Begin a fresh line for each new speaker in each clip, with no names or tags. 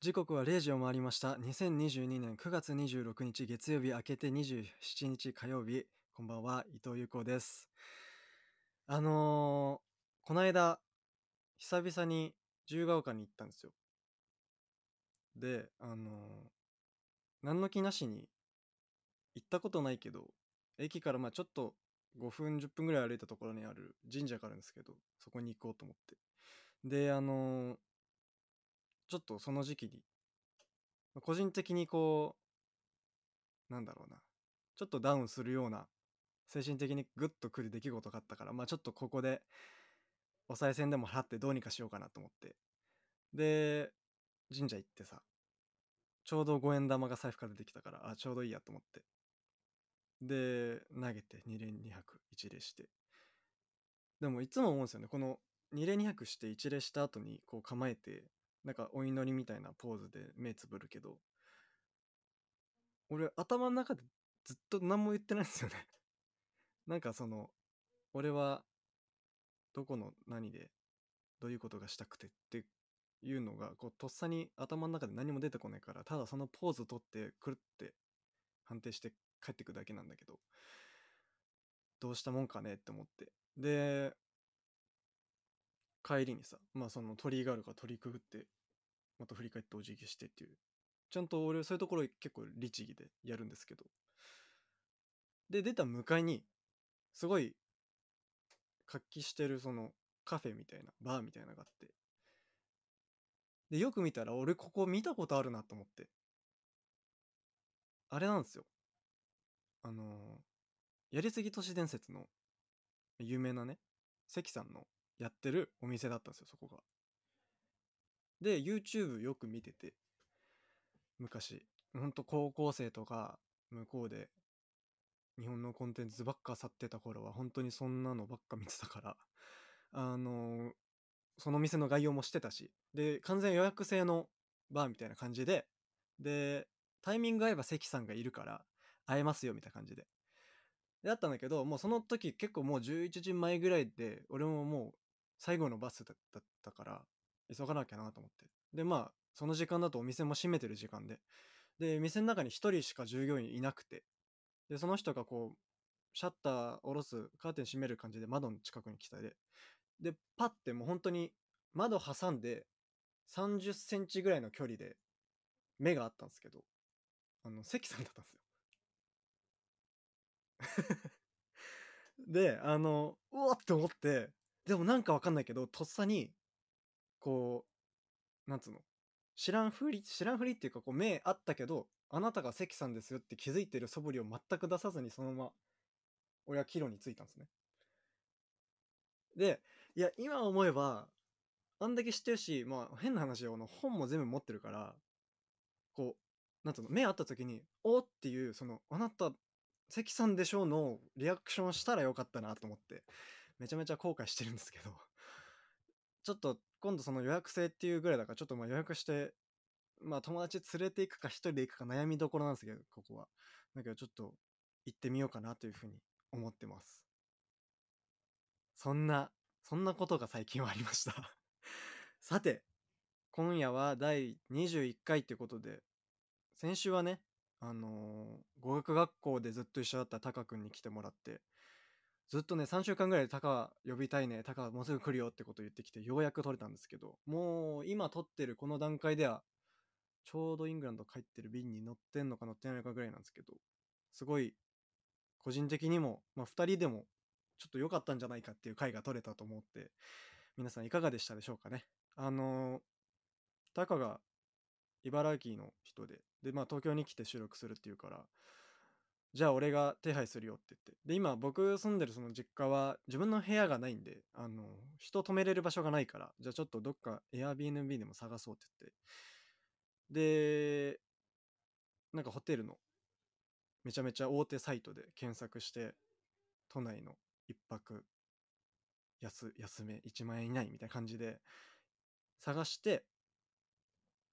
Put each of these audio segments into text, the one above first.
時刻は0時を回りました。2022年9月26日月曜日明けて27日火曜日。こんばんは、伊藤優子です。あのー、この間、久々に自由が丘に行ったんですよ。で、あのー、何の気なしに行ったことないけど、駅からまあちょっと5分10分ぐらい歩いたところにある神社があるんですけど、そこに行こうと思って。で、あのー、ちょっとその時期に、まあ個人的にこう、なんだろうな、ちょっとダウンするような、精神的にグッとくる出来事があったから、まあちょっとここで、お賽銭でも払ってどうにかしようかなと思って。で、神社行ってさ、ちょうど五円玉が財布から出てきたから、あ、ちょうどいいやと思って。で、投げて2連2拍、1礼して。でもいつも思うんですよね、この2連2拍して1礼した後にこう構えて、なんかお祈りみたいなポーズで目つぶるけど、俺頭の中でずっと何も言ってないんですよね。 なんかその、俺はどこの何でどういうことがしたくてっていうのが、こうとっさに頭の中で何も出てこないから、ただそのポーズ取ってくるって判定して帰ってくだけなんだけど、どうしたもんかねって思って。で、帰りにさ、まあその鳥居があるから鳥居くぐって、また振り返ってお辞儀してっていう。ちゃんと俺そういうところ結構律儀でやるんですけど。で、出た向かいに、すごい活気してるそのカフェみたいな、バーみたいなのがあって。で、よく見たら俺ここ見たことあるなと思って。あれなんですよ。あのーやりすぎ都市伝説の有名なね、関さんのやってるお店だったんですよそこがで YouTube よく見てて昔ほんと高校生とか向こうで日本のコンテンツばっか去ってた頃は本当にそんなのばっか見てたからあのーその店の概要もしてたしで完全予約制のバーみたいな感じででタイミング合えば関さんがいるから会えますよみたいな感じでだったんだけどもうその時結構もう11時前ぐらいで俺ももう最後のバスだだったから急がなきゃなと思ってでまあその時間だとお店も閉めてる時間でで店の中に1人しか従業員いなくてでその人がこうシャッター下ろすカーテン閉める感じで窓の近くに来たででパッてもう本当に窓挟んで30センチぐらいの距離で目があったんですけどあの関さんだったんですよ であのうわって思ってでもなんかわかんないけどとっさにこうなんつうの知らんふり知らんふりっていうかこう目あったけどあなたが関さんですよって気づいてる素振りを全く出さずにそのまま俺は帰路に着いたんですねでいや今思えばあんだけ知ってるしまあ変な話よあの本も全部持ってるからこうなんつうの目あった時に「おーっていうその「あなた関さんでしょうのリアクションしたらよかったなと思ってめちゃめちゃ後悔してるんですけどちょっと今度その予約制っていうぐらいだからちょっとまあ予約してまあ友達連れて行くか一人で行くか悩みどころなんですけどここはだけどちょっと行ってみようかなというふうに思ってますそんなそんなことが最近はありました さて今夜は第21回ということで先週はねあのー語学学校でずっと一緒だったタカ君に来てもらってずっとね3週間ぐらいタカ呼びたいねタカもうすぐ来るよってこと言ってきてようやく取れたんですけどもう今取ってるこの段階ではちょうどイングランド帰ってる便に乗ってんのか乗ってないのかぐらいなんですけどすごい個人的にも、まあ、2人でもちょっと良かったんじゃないかっていう回が取れたと思って皆さんいかがでしたでしょうかねあのータカが茨城の人ででまあ東京に来て収録するっていうからじゃあ俺が手配するよって言ってで今僕住んでるその実家は自分の部屋がないんであの人泊めれる場所がないからじゃあちょっとどっか Airbnb でも探そうって言ってでなんかホテルのめちゃめちゃ大手サイトで検索して都内の一泊安安め1万円以内みたいな感じで探して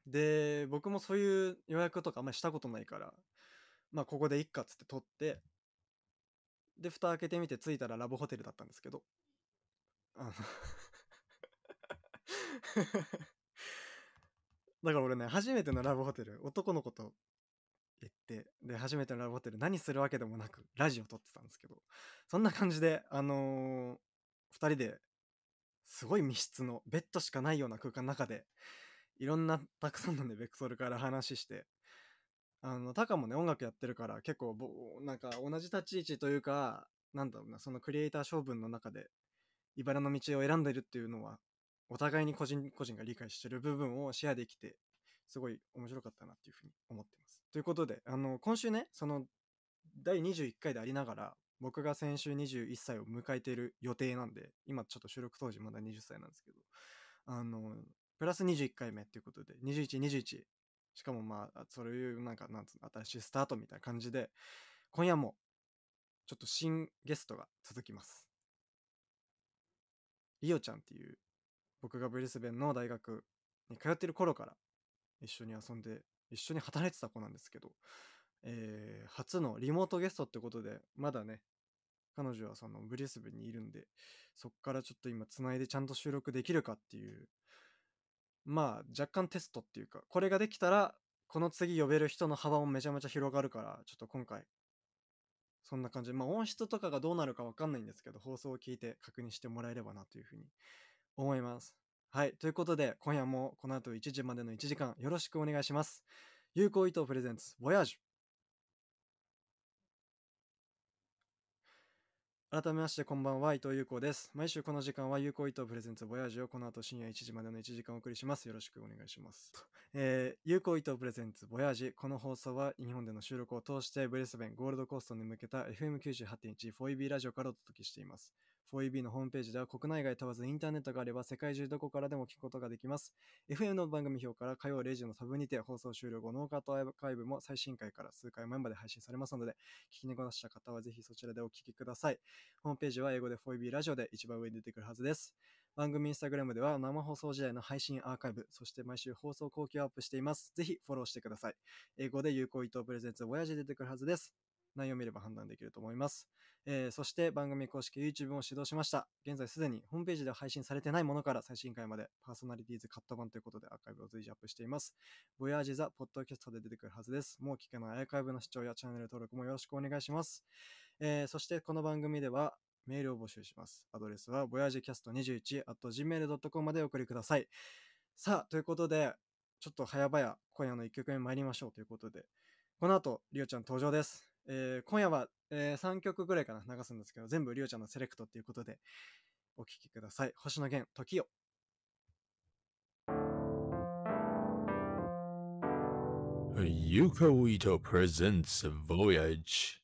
で僕もそういう予約とかあんまりしたことないからまあここでいっかっつって取ってで蓋開けてみて着いたらラブホテルだったんですけどあの だから俺ね、初めてのラブホテル、男の子と行って、で、初めてのラブホテル、何するわけでもなく、ラジオ撮ってたんですけど、そんな感じで、あのー二人で、すごい密室の、ベッドしかないような空間の中で、いろんな、たくさんのね、ベクトルから話して、あの、タカもね、音楽やってるから、結構、ぼなんか、同じ立ち位置というか、なんだろうな、そのクリエイター性分の中で、茨の道を選んでるっていうのは、お互いに個人個人が理解してる部分をシェアできて、すごい面白かったなっていうふうに思ってます。ということで、あの、今週ね、その、第21回でありながら、僕が先週21歳を迎えている予定なんで、今ちょっと収録当時まだ20歳なんですけど、あの、プラス21回目ということで、21、21、しかもまあ、そういうなんか、なんつうの、新しいスタートみたいな感じで、今夜も、ちょっと新ゲストが続きます。リオちゃんっていう、僕がブリスベンの大学に通ってる頃から、一緒に遊んで、一緒に働いてた子なんですけど、えー初のリモートゲストってことで、まだね、彼女はそのブリスベンにいるんで、そっからちょっと今繋いでちゃんと収録できるかっていう、まあ若干テストっていうか、これができたら、この次呼べる人の幅もめちゃめちゃ広がるから、ちょっと今回、そんな感じで、まあ音質とかがどうなるかわかんないんですけど、放送を聞いて確認してもらえればなというふうに思います。はい。ということで、今夜もこの後1時までの1時間、よろしくお願いします。有効糸プレゼンツ、ボヤージュ。改めまして、こんばんは、伊藤有効です。毎週この時間は、有効糸プレゼンツ、ボヤージュをこの後深夜1時までの1時間お送りします。よろしくお願いします。えー、有効糸プレゼンツボヤージこの放送は日本での収録を通してブリスベンゴールドコーストに向けた FM98.14EB ラジオからお届けしています 4EB のホームページでは国内外問わずインターネットがあれば世界中どこからでも聞くことができます FM の番組表から火曜0時のタブにて放送終了後ノーカットアーカイブも最新回から数回前まで配信されますので聞き逃した方はぜひそちらでお聞きくださいホームページは英語で 4EB ラジオで一番上に出てくるはずです番組インスタグラムでは生放送時代の配信アーカイブ、そして毎週放送後期をアップしています。ぜひフォローしてください。英語で有効伊藤プレゼンツ、親父出てくるはずです。内容を見れば判断できると思います。えーそして番組公式 YouTube も指導しました。現在すでにホームページでは配信されてないものから最新回までパーソナリティーズカット版ということでアーカイブを随時アップしています。ボヤージザポッドキャストで出てくるはずです。もう聞けないアーカイブの視聴やチャンネル登録もよろしくお願いします。えーそしてこの番組ではメールを募集します。アドレスは voyagecast21.gmail.com までお送りください。さあ、ということで、ちょっと早々、今夜の1曲目参りましょうということで、この後、りおちゃん登場です。えー今夜は、え3曲ぐらいかな、流すんですけど、全部りおちゃんのセレクトということで、お聴きください。星野源、時よ。
Yuko Ito presents a voyage.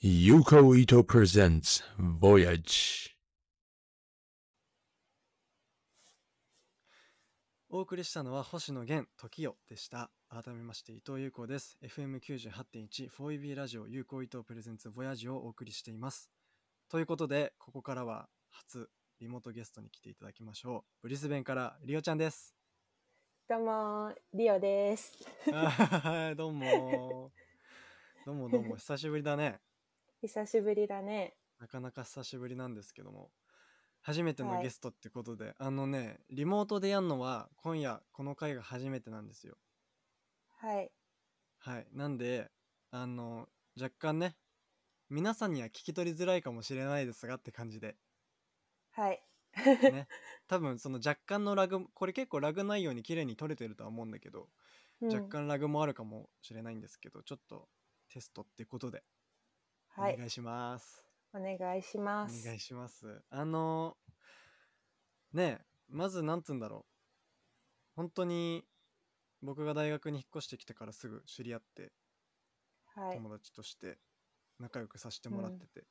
ユ i コイト presents Voyage
お送りしたのは星野源時代でした。改めまして伊藤優子です。FM98.1 4EB ラジオ有効伊藤プレゼンツボヤージをお送りしています。ということで、ここからは初リモートゲストに来ていただきましょう。ブリスベンからリオちゃんです。
どうもー、リオです。
あー はいどうも。 どうもどうも、久しぶりだね。
久しぶりだね。
なかなか久しぶりなんですけども初めての
はい
ゲストってことで、あのねリモートでやるのは今夜この回が初めてなんですよ
はい。
はいなんであの若干ね皆さんには聞き取りづらいかもしれないですがって感じで
はい。
ね多分その若干のラグこれ結構ラグないように綺麗に撮れてるとは思うんだけど、
うん
若。干ラグもあるかもしれないんですけどちょっとテストってことでお
はい
願。いします、
お願いしま
お願
す
い。しますあのねえまずなんつうんだろう本当に僕が大学に引っ越してきてからすぐ知り合って
はい。
友達として仲良くさせてもらってて、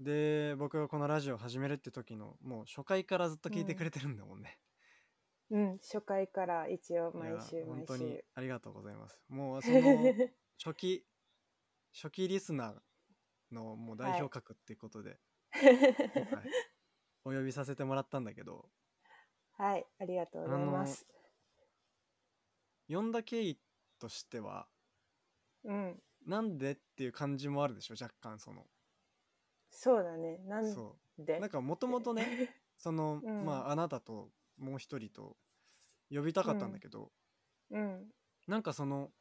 で僕がこのラジオ始めるって時のもう初回からずっと聞いてくれてるんだもんね、
うん、初回から一応
い
毎
や
週
本
毎
当に
週。
ありがとうございますもう その初期初期リスナーのもう代表格っていうことで、今回お呼びさせてもらったんだけど
はい、ありがとうございます。
呼んだ経緯としては
うん、
なんでっていう感じもあるでしょ若干その
そうだね。なん
そ
で
うなんかもともとね その、
うん
まああなたともう一人と呼びたかったんだけど、
うん。
なんかその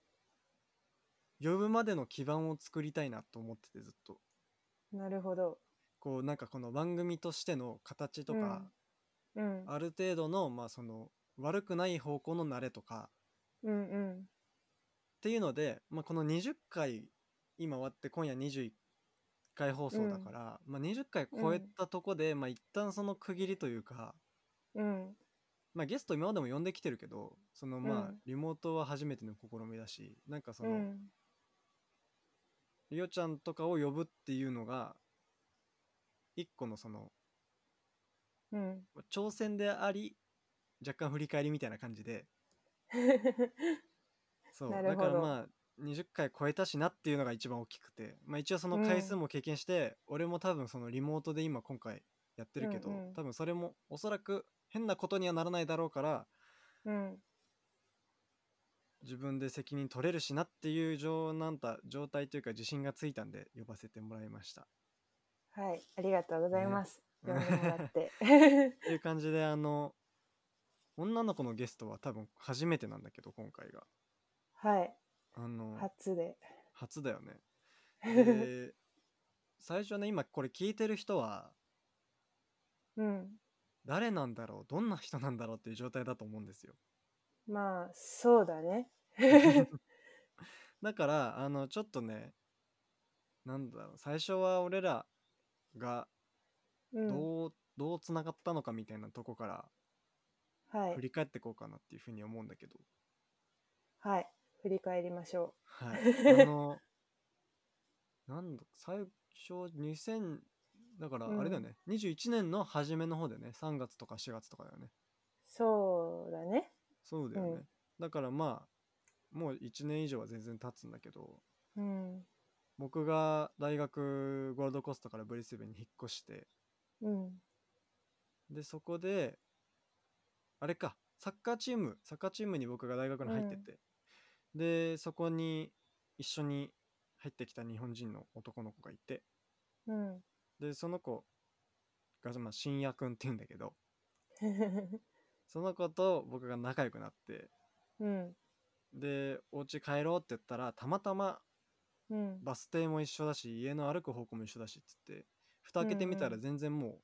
呼ぶまでの基盤を作りたいなと思っててずっと
なるほど。
こうなんかこの番組としての形とか、
うん。
ある程度のまあその悪くない方向の慣れとか
うんうん。
っていうので、まあ、この20回今終わって今夜21回放送だから、まあ、20回超えたとこで、まあ一旦その区切りというか、
うん。
まあ、ゲスト今までも呼んできてるけどそのまあ
うん
リモートは初めての試みだしなんかそうの、
ん。
りおちゃんとかを呼ぶっていうのが一個のその
うん。
挑戦であり若干振り返りみたいな感じでそう
な
だ
るほ
か
ど
らまあ20回超えたしなっていうのが一番大きくて、まあ、一応その回数も経験して、俺も多分そのリモートで今今回やってるけど、
うんうん
多分それもおそらく変なことにはならないだろうから
うん。
自分で責任取れるしなっていう状なんた状態というか自信がついたんで呼ばせてもらいました。
はい。ありがとうございます。
ね
読んでもら って。
っていう感じであの女の子のゲストは多分初めてなんだけど今回が
はい。
あの
初で。
初だよ ねで最初ね今これ聞いてる人は
うん。
誰なんだろうどんな人なんだろうっていう状態だと思うん ですよ
まあ、そうだね。
だからあのちょっとねなんだろう最初は俺らが
うん。
どう、どうつながったのかみたいなとこから
は
振
い。
り返っていこうかなっていうふうに思うんだけど
はい。振り返りましょ
はい。あの、なんだ、最初2000、だからあれだよね、21年の初めの方でね、3月とか4月とかだよね。
う。そうだね。
そうだよね。
うん
だからまあ、もう1年以上は全然経つんだけど、
うん。
僕が大学ゴールドコーストからブリスベンに引っ越して、
うん。
で、そこで、あれか、サッカーチーム、サッカーチームに僕が大学に入ってて、で、そこに一緒に入ってきた日本人の男の子がいて、
うん。
でその子が、まあ、深夜くんって言うんだけどその子と僕が仲良くなって
うん。
でお家帰ろうって言ったらたまたま
うん。
バス停も一緒だし家の歩く方向も一緒だしっつって蓋開けてみた
うん
ら
うん
全然も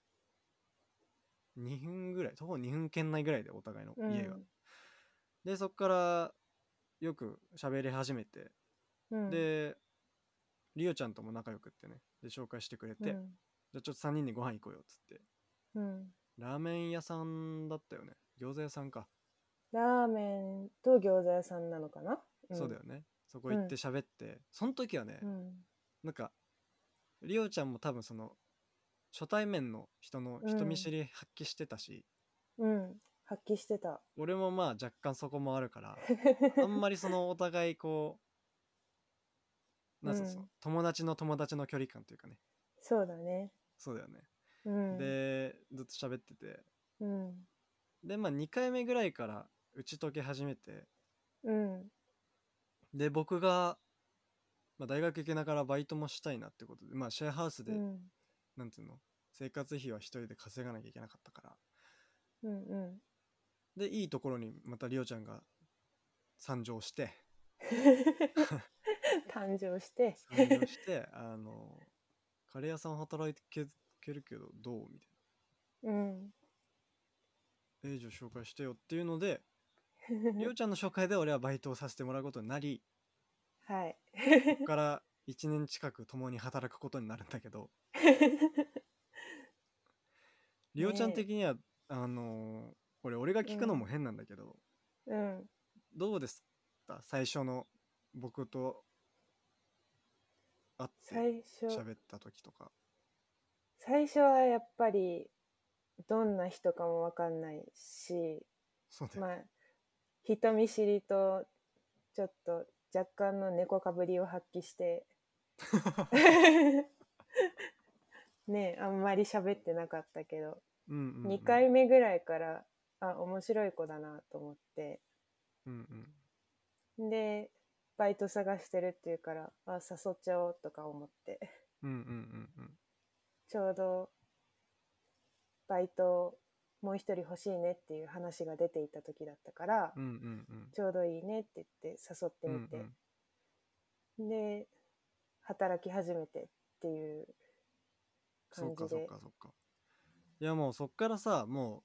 う2分ぐらい徒歩2分圏内ぐらいでお互いの家が、でそっからよく喋り始めて、
うん。
でリオちゃんとも仲良くってねで紹介してくれて、
うん
じゃあちょっと3人でご飯行こうよっつって
うん。
ラーメン屋さんだったよね餃子屋さんか
ラーメンと餃子屋さんなのかな、
そうだよねそこ行って喋って、その時はね、
うん。
なんかりおちゃんも多分その初対面の人の
うん
人見知り発揮してたし、
うん。発揮してた。
俺もまあ若干そこもあるから あんまりそのお互いこうなんつうの
うん
その友達の友達の距離感というかね
そうだね。
そうだよね、
うん。
でずっと喋ってて
うん。
でまあ2回目ぐらいから打ち解け始めて
うん。
で僕が、まあ、大学行けながらバイトもしたいなってことでまあシェアハウスで、
うん。
なんていうの生活費は一人で稼がなきゃいけなかったから
う ん。うん。
でいいところにまたりおちゃんが参上して
誕生して。
参上して あのカレー屋さん働いてけけるけどどうみたい
うん。
な「えじゃあ紹介してよ」っていうのでりおちゃんの紹介で俺はバイトをさせてもらうことになり
はい。
ここ から1年近く共に働くことになるんだけ どりおちゃん
ねえ
的には、あのこれ俺が聞くのも変なんだけど、
うん。
どうですか最初の僕と会って
最初、
喋った時とか。
最初はやっぱり、どんな人かもわかんないし、
そうだよ
まあ、人見知りと、ちょっと若干の猫かぶりを発 揮して、ねえあんまり喋ってなかったけど、
うんうんうん
2回目ぐらいから、あ、面白い子だなと思って、
うんうん
で、バイト探してるっていうから、あ、誘っちゃおうとか思って、
うんうんうんうん。
ちょうど、バイト、もう一人欲しいねっていう話が出ていた時だったから、
うんうんうん。
ちょうどいいねって言って誘って
うんう
みて、
ん
で、働き始めてっていう
そう
感じ
か
で。
そうかそうか。いやもうそっからさ、も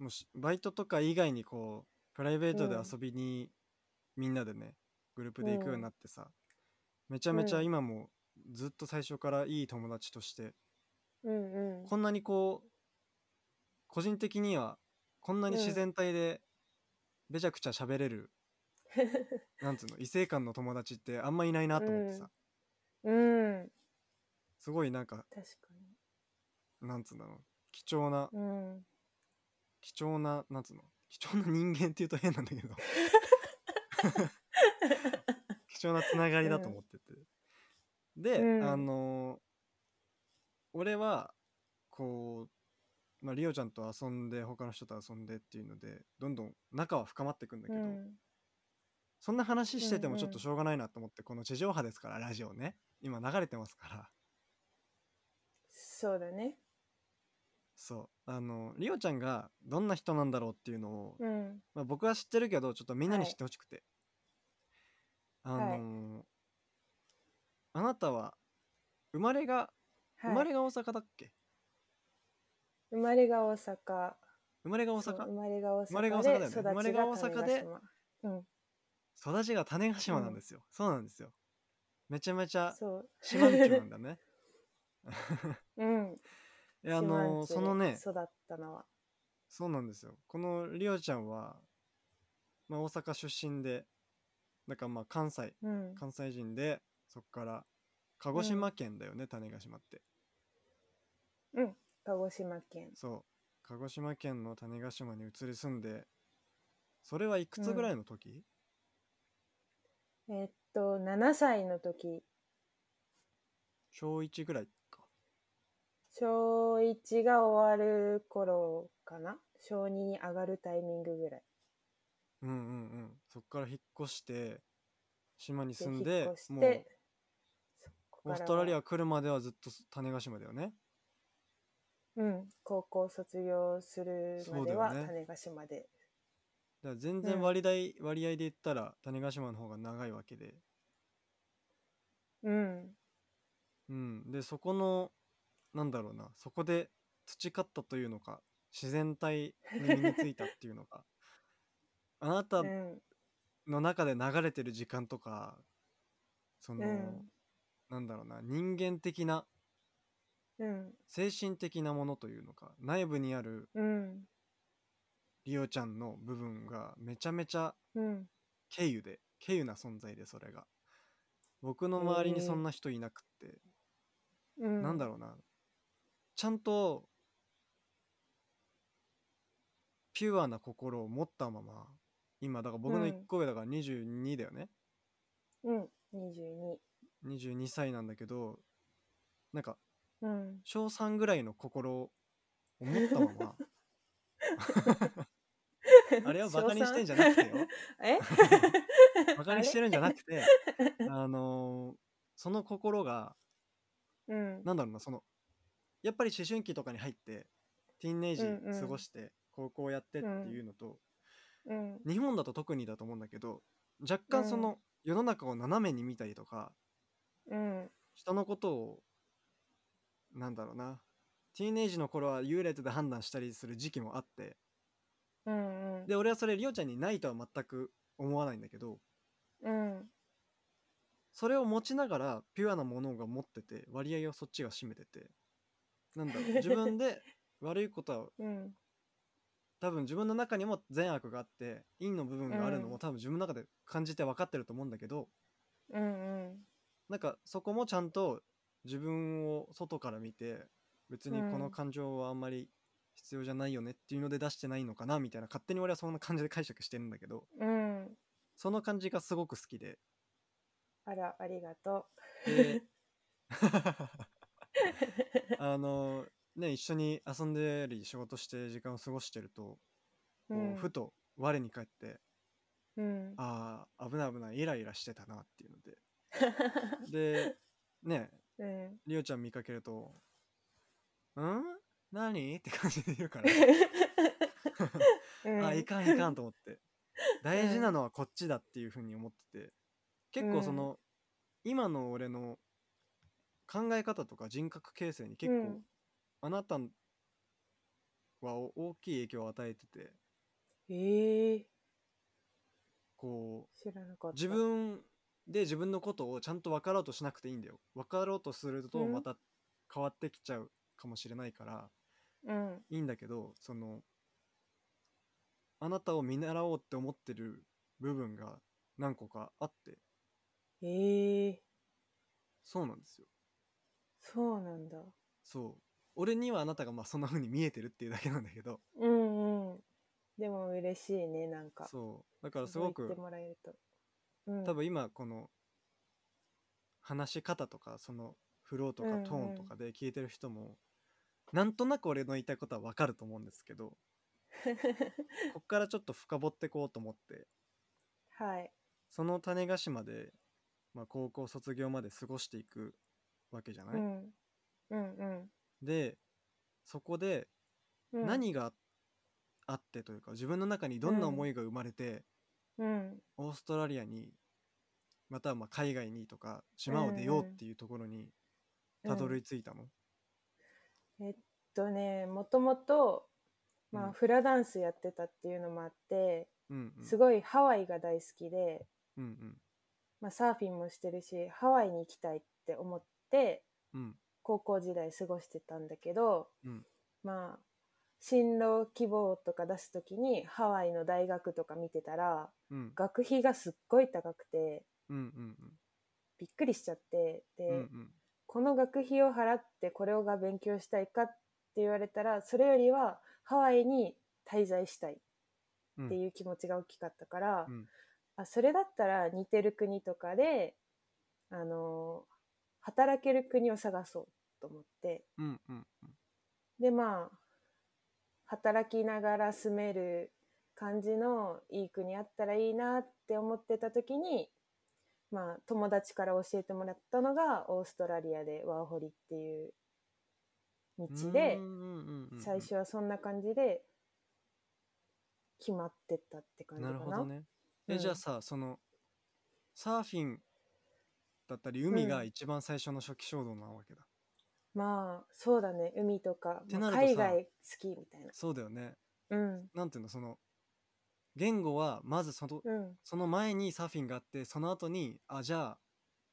う、もうしバイトとか以外にこう、プライベートで
うん
遊びに、みんなでね、グループで行くよう
うん
になってさ、めちゃめちゃ
うん
今もずっと最初からいい友達として、
うんうん。
こんなにこう、個人的にはこんなに
うん
自然体で、べちゃくちゃ喋れる、なんつうの、異性間の友達ってあんまいないなと思ってさ、
うんうん。
すごいなんか、
確か
なんつうんだろう、貴重な
に。うん。
貴重な、なんつうの貴重な人間っていうと変なんだ けど貴重なつながりだと思ってて、で、
うん
あのー俺はこう、まあ、リオちゃんと遊んで他の人と遊んでっていうのでどんどん仲は深まっていくんだけ
う
ど、
ん。
そんな話しててもちょっ
うんう
と
ん
しょうがないなと思って、この地上波ですからラジオね今流れてますから
そうだね。
そうあのリオちゃんがどんな人なんだろうっていうのを
うん。
まあ、僕は知ってるけどちょっとみんなに
はい
知ってほしくて、あの
はい
ーあなたは生まれが、
はい、
生まれが大阪だっけ
生まれが大阪。
生まれが大
そう
阪
生まれが大
生まれが大阪だ
阪
よ
で
ね
育ちが
生まれが大阪で
種子島うん。
育ちが種子島な
うん
んですよ、そうなんですよめちゃめちゃ
そう。
島人なんだね
うん。
いやあのー
四
そ
万
のね
十で育ったのは。
そうなんですよこのりおちゃんは、まあ、大阪出身でだからまあ関西
うん。
関西人でそっから鹿児島県だよね、種子島って
うん。鹿児島県。
そう鹿児島県の種子島に移り住んでそれはいくつぐらいの時、
えっと、7歳の時、
小1ぐらいか
小1が終わる頃かな小2に上がるタイミングぐらい
うんうんうんそっから引っ越して島に
で
住ん
引
で
っ越し
も
て
う、
そこ
オー
か
ス
ら
トラリ
は
ア来るまではずっと種子島だよね
うん、高校卒業するまでは
そうだよね
種子島で。
だから全然
うん
割合、割合で言ったら種子島の方が長いわけで
うん。
うんでそこのなんだろうなそこで培ったというのか自然体に身についたっていうの かあなた
うん。
の中で流れてる時間とかその、
うん
なんだろうな人間的な
うん。
精神的なものというのか内部にある
うん。
リオちゃんの部分がめちゃめちゃ
うん。
軽有で軽有な存在でそれが僕の周りにそんな人いなくって、
うん。
なんだろうなちゃんとピュアな心を持ったまま今だから僕の1
うん
個上だから22だよね、
う。うん。22。
22歳なんだけどなんか
うん。
小3ぐらいの心を持ったま まあれはバカにしてんじゃなくてよ
え
バカに してるんじゃなくてあのーその心が
うん。
なんだろうなそのやっぱり思春期とかに入ってティーンエイジ
うんうん
過ごして高校やってっていうのと、
うん。
日本だと特にだと思うんだけど若干その、
う
世の中を斜めに見たりとか
うん。
人のことをなんだろうなティーンエイジの頃は優劣で判断したりする時期もあって
うん。
で俺はそれリオちゃんにないとは全く思わないんだけど
うん。
それを持ちながらピュアなものが持ってて割合をそっちが占めててなんだろう自分 で悪いことは
うん。
多分自分の中にも善悪があって陰の部分があるの
う
も
ん
多分自分の中で感じて分かってると思うんだけど
うん。
なんかそこもちゃんと自分を外から見て別にこ
う
の
ん
感情はあんまり必要じゃないよねっていうので出してないのかなみたいな勝手に俺はそんな感じで解釈してるんだけど
うん。
その感じがすごく好きで
あら、ありがと
で あのね一緒に遊んでり仕事して時間を過ごしてると、こ
う。
うふと我に返って
うん。
ああ危ない危ないイライラしてたなっていうのででね
うん。
りおちゃん見かけると「ん何?」って感じで言うから
うん
あいかんいかんと思 って大事なのはこっちだっていうふうに思ってて結構その、今の俺の考え方とか人格形成に結構、
うん
あなたはお大きい影響を与えてて
ええ
こう
知らなかった。
自分で自分のことをちゃんと分かろうとしなくていいんだよ分かろうとすると
うん
また変わってきちゃうかもしれないから、
うん。
いいんだけどそのあなたを見習おうって思ってる部分が何個かあって
ええ
そうなんですよ
そうなんだ。
そう俺にはあなたがまあそんな風に見えてるっていうだけなんだけど
うんうん。でも嬉しいね、なんか。
そうだからすご
そう言っ
く
てもらえると。うん、
多分今この話し方とかそのフローとか
うんうん
トーンとかで聞いてる人も、なんとなく俺の言いたいことはわかると思うんですけどこっからちょっと深掘ってこうと思って
はい。
その種子島で、まあ、高校卒業まで過ごしていくわけじゃない、
うん。うんうん
でそこで
うん。
何があってというか、自分の中にどんな思いが生まれて、
うん。
オーストラリアにまたはまあ海外にとか島を出ようっ
うんうん
ていうところにたどり着いたの、
えっとね、もともと、まあ、
うん
フラダンスやってたっていうのもあって、
うんうん、
す
い、
ごいハワイが大好きで、
うんうん
まあ、サーフィンもしてるし、ハワイに行きたいって思って、
うん
高校時代過ごしてたんだけど、
うん
まあ進路希望とか出す時にハワイの大学とか見てたら
うん
学費がすっごい高くて
うんうんうん
びっくりしちゃってで、
うんうん
この学費を払ってこれをが勉強したいかって言われたらそれよりはハワイに滞在したいっていう気持ちが大きかったから、
うん
あそれだったら似てる国とかで、あの働ける国を探そうと思って。
うんうん
でまあ働きながら住める感じのいい国あったらいいなって思ってた時にまあ友達から教えてもらったのがオーストラリアでワーホリっていう道
うん
で
うんうんうんうん
最初はそんな感じで決まってったって感じか
な
な。
るほどねえ、
うん
じゃあさそのサーフィンだったり海が
うん
一番最初の初期衝動なわけだ、
まあそうだね海とか
て
まあ
なると
海
さ
外好きみたいな。
そうだよね
うん
なんていうのその言語はまずその
うん
その前にサーフィンがあってその後にあじゃ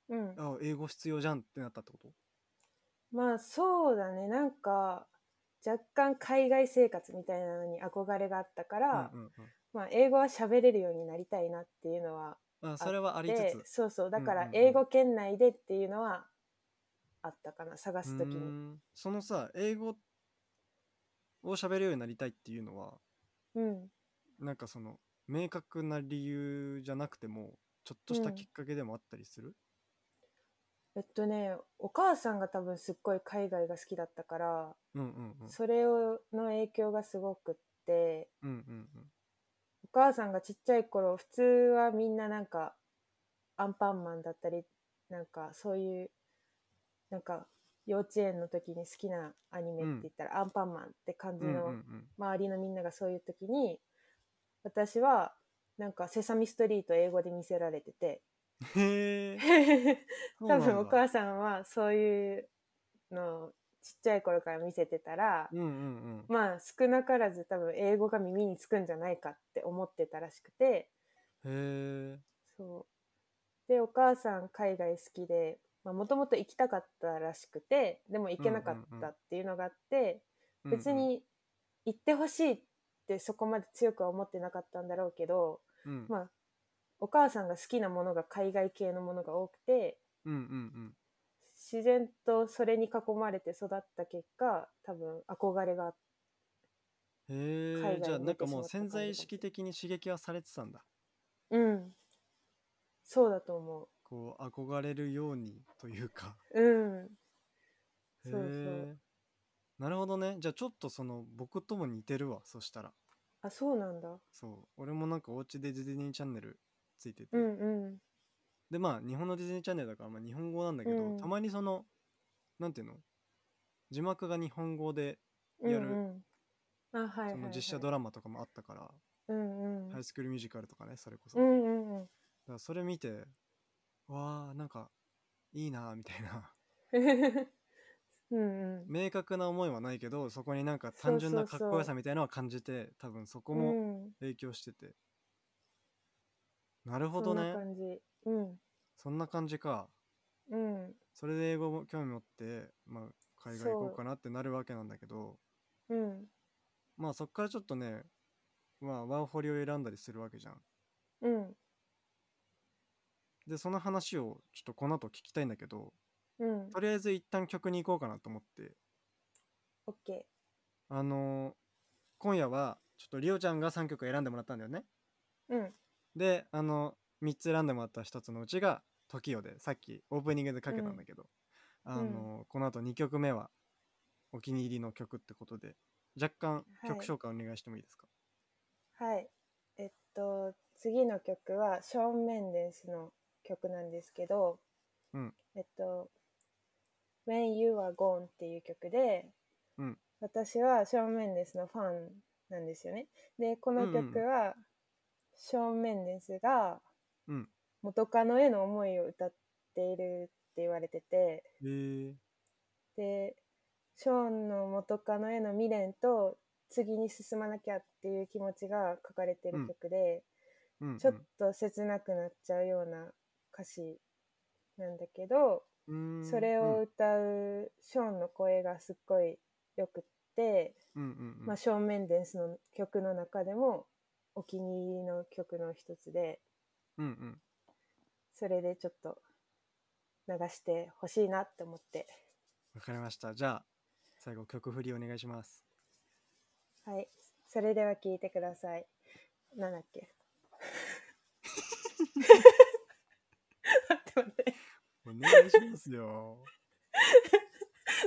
うん
あ、あ英語必要じゃんってなったってこと
まあそうだねなんか若干海外生活みたいなのに憧れがあったから、
うんうん
まあ、英語は喋れるようになりたいなっていうのは
うん、あそれはありつ
で
つ
そうそうだか
うん
ら
うんうん
英語圏内でっていうのはあったかな探す
う
時に、
ーんそのさ英語を喋るようになりたいっていうのは
うん、
なんかその明確な理由じゃなくてもちょっとした
うん
きっかけでもあったりする、
えっとねお母さんが多分すっごい海外が好きだったから、
うん、うんうんうん
それをの影響がすごくって
うんうん
お母さんがちっちゃい頃普通はみんななんかアンパンマンだったりなんかそういうなんか幼稚園の時に好きなアニメって言ったら、アンパンマンって感じ
うんうんう
の
ん
周りのみんながそういう時に私はなんか「セサミストリート」英語で見せられてて
うんへえ そうな
多
んだ
分お母さんはそういうのをちっちゃい頃から見せてたら、
うんうんうん
まあ少なからず多分英語が耳につくんじゃないかって思ってたらしくて。
へえ
そう。で、お母さん海外好きで、もともと行きたかったらしくて、でも行けなか
うんう
っ
んう
た
ん
っていうのがあって、別に行ってほしいってそこまで強くは思ってなかったんだろうけど、
うんうん
まあ、お母さんが好きなものが海外系のものが多くて、
うんうん
自然とそれに囲まれて育った結果、多分憧れがあっ
うんへ
海外
えじゃあ
に出
なんか
てし
も
ま
う
っ
潜
た感じかも
在意識的に刺激はされてたんだ
うん。そうだと思う。
こう憧れるようにというか
うん。
へ
そうそう
えなるほどねじゃあちょっとその僕とも似てるわそしたら
あ、そうなんだ。
そう俺もなんかお家でディズニーチャンネルついてて、
うんうん。
でまあ日本のディズニーチャンネルだから、まあ、日本語なんだけど、
うん
たまにそのなんていうの字幕が日本語で
うん
やる
うん、あ、はい、はい
そ
は
の
い。
実写ドラマとかもあったから、
うんうん。
ハイスクールミュージカルとかねそれこそ、
う
だ
んうん うん。
からそれ見てわあなんかいいなーみたいな
うんうん。
明確な思いはないけどそこになんか単純な
そ
か
うそうそう
っこよさみたいなのは感じて多分そこ
う
も
ん、
影響してて、なるほ
そ
ど
んな
ね
感じ。うん。
そんな感じか
うん。
それで英語も興味持って、まあ、海外行こ
そう
うかなってなるわけなんだけど
うん。
まあそっからちょっとねまあワーホリを選んだりするわけじゃん
うん。
でその話をちょっとこの後聞きたいんだけど
うん。
とりあえず一旦曲に行こうかなと思って
オッケ
あのー今夜はちょっとリオちゃんが3曲選んでもらったんだよね
ー。うん。
であの3つ選んでもらった1つのうちが「TOKIO」でさっきオープニングでかけたんだけど、あのーこの後2曲目はお気に入りの曲ってことで若干曲
はい
紹介お願いしてもいいですか、
はい。えっと、次の曲は、ショーン・メンデンスの曲なんですけど、
うん
えっと、When You Are Gone っていう曲で、
うん
私はショーン・メンデンスのファンなんですよね。で、この曲は、ショーン・メンデンスが
うん
元カノへの思いを歌っているって言われてて、
えー、
でショーンの元カノへの未練と次に進まなきゃっていう気持ちが書かれてる曲で、
うんうん
ちょっと切なくなっちゃうような歌詞なんだけど、
うーん
それ
う
を
ん
歌うショーンの声がすっごいよくって、
うんうんうん
まあ、ショーン・メンデンスの曲の中でもお気に入りの曲の一つで
うんうん
それでちょっと流してほしいなって思って
わかりましたじゃあ最後曲振りお願いします
はい。それでは聞いてください。なんだっ け 待って待って。
お願いします よ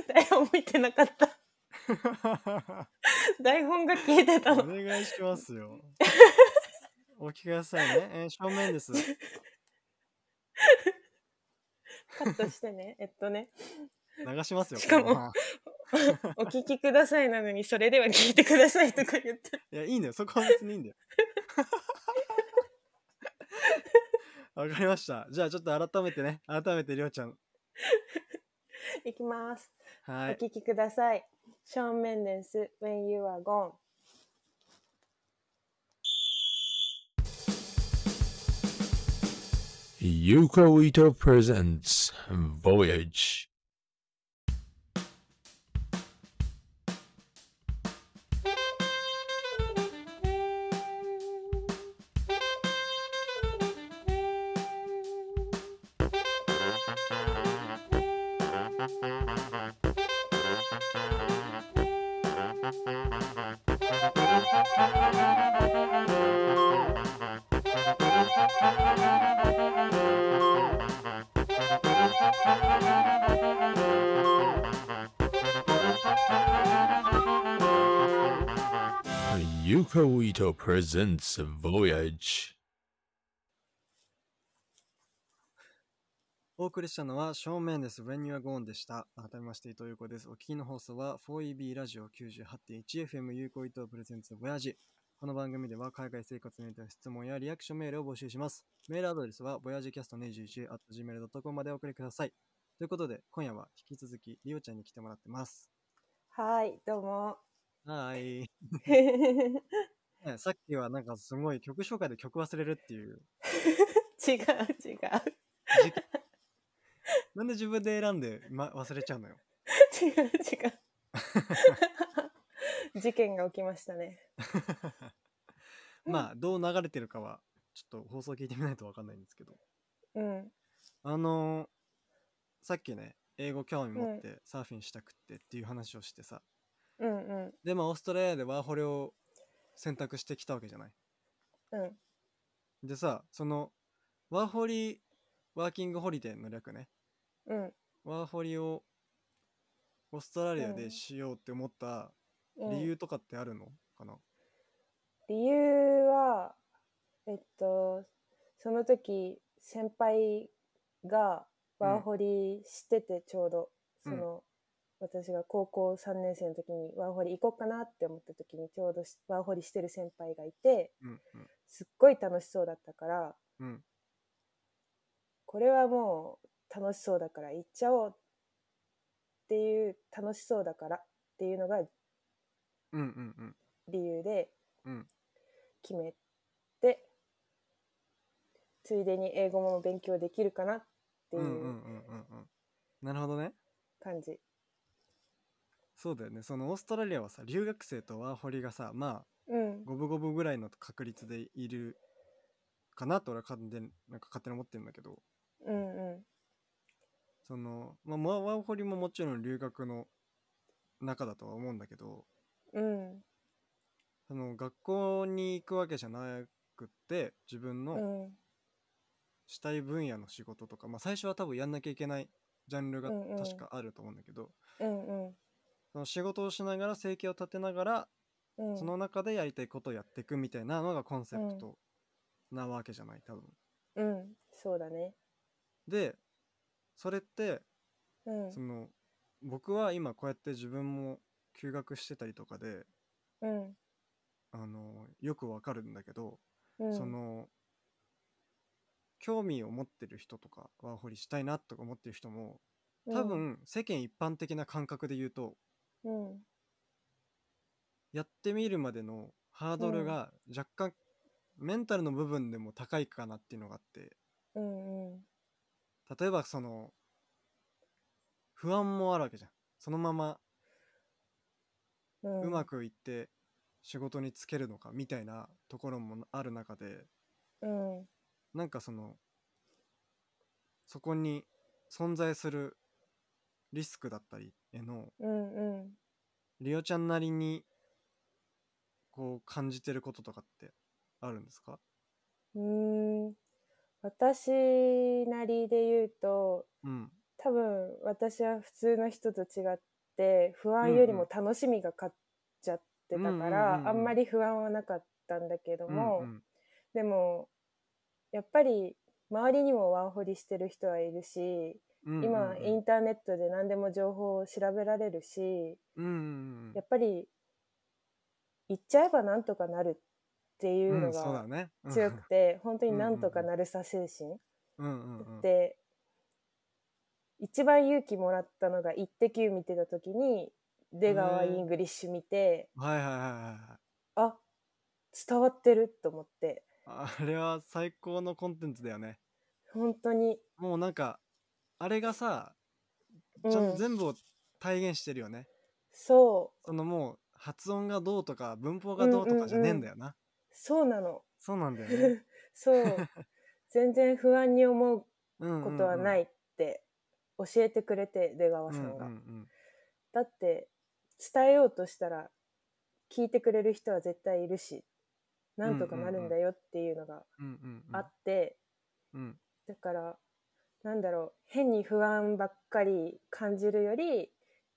台本見てなかった。台本が消えてた
お
の。
願いしますよ。お聞きくださいね。えー正面です。
カットして ね。えっとね。
流しますよ。
しかも
このまま
お聞きくださいなのに、それでは聞いてくださいとか言って る。
いや、いいんだよ。そこは別にいいんだよ。 わかりました。じゃあちょっと改めてね、改めてりょうちゃん。
いきます。
はい。
お聞きください。ショーン・メンデンス、When You Are Gone。
Yuko Ito presents Voyage. ユ u k o Ito presents Voyage.
お送りしたのは正面です。When You Are Gone でした。改めまして、伊藤優子です。お聞きの放送は 4EB ラジオ 98.1FM 有効伊藤プレゼンツボヤジ。この番組では海外生活に対する質問やリアクションメールを募集します。メールアドレスは voyagecast21.gmail.com までお送りください。ということで、今夜は引き続きりおちゃんに来てもらってます。
はい、どう も。
はーい。ねさっきはなんかすごい曲紹介で曲忘れるっていう。
違う違う。
事件なんで自分で選んで、ま、忘れちゃうのよ。
違う 違う事件が起きましたね
まあどう流れてるかはちょっと放送聞いてみないと分かんないんですけど
うん
あのーさっきね英語興味持ってサーフィンしたくってっていう話をしてさ、
うんうん
でまあオーストラリアでワーホリを選択してきたわけじゃない
うん
でさそのワーホリワーキングホリデーの略ね
うん
ワーホリをオーストラリア
う
で
ん
しようって思った
うん
理由とかってあるのかな、
理由はえっとその時先輩がワーホリしててちょうど、
うん
その私が高校3年生の時にワーホリ行こうかなって思った時にちょうどしワーホリしてる先輩がいて
うんうん
すっごい楽しそうだったから
うん
これはもう楽しそうだから行っちゃおうっていう楽しそうだからっていうのが
うんうんうん
理由で
うん
決めて、ついでに英語も勉強できるかなってい
うんうんうん
う
うんうんなるほどね
感じ。
そうだよねそのオーストラリアはさ留学生とワーホリがさまあ
うん、
五分五分ぐらいの確率でいるかなと俺は勝手になんか勝手に思ってるんだけど
うん、うん、
その、まあ、モアワーホリももちろん留学の中だとは思うんだけど
うん、
その学校に行くわけじゃなくって自分
う
の
ん、
したい分野の仕事とか、まあ、最初は多分やんなきゃいけないジャンルが
うんうん
確かあると思うんだけど、
うん、うん、
その仕事をしながら生計を立てながら
うん、
その中でやりたいことをやっていくみたいなのがコンセプトなわけじゃない多分。
うん、そうだね。
でそれって
うん、
その僕は今こうやって自分も休学してたりとかで
うん、
あのよくわかるんだけど、
うん、
その興味を持ってる人とかワーホリしたいなとか思ってる人も
うん
多、分世間一般的な感覚で言うと
うん、
やってみるまでのハードルが若干メンタルの部分でも高いかなっていうのがあって
うん、うん、
例えばその不安もあるわけじゃんそのまま
うん、
うま、くいって仕事に就けるのかみたいなところもある中で
うん、
なんかそのそこに存在するリスクだったりへの
うん、うん、
リオちゃんなりにこう感じてることとかってあるんですか
うーん、私なりで言うと、
うん
多分私は普通の人と違って不安より
うん
も楽しみが勝っちゃってたか
うんうんうんうん
らあんまり不安はなかったんだけども、
うん
でもやっぱり周りにもワンホリしてる人はいるし
うん
今
うん
インターネットで何でも情報を調べられるし
うんうん
やっぱり行っちゃえばなんとかなるってい
うん
う
う
の
んそうだ
が
ねうん
強くて本当に
うんうん
なんとかなるさ精神
うんうんうん
で一番勇気もらったのが「イッテ Q!」見てた時に出川イングリッシュ見て、
はいはいはいはい
あ伝わってると思って
あれは最高のコンテンツだよね
本当に、
もうなんかあれがさ
う
ちゃんと
ん、
全部を体現してるよね、
そ
そのもう発音がどうとか文法がどうとかじゃねえんだよな、
うそうなの
そうなんだよ ね
そう全然不安に思う
うんうんうん
ことはないって教えてくれて出
う
川
んう
さ
ん
ん
う
が。
ん
だって伝えようとしたら聞いてくれる人は絶対いるしなんとかなるんだよっていうのが
うんうんうん
あって。
うん
だからなんだろう変に不安ばっかり感じるより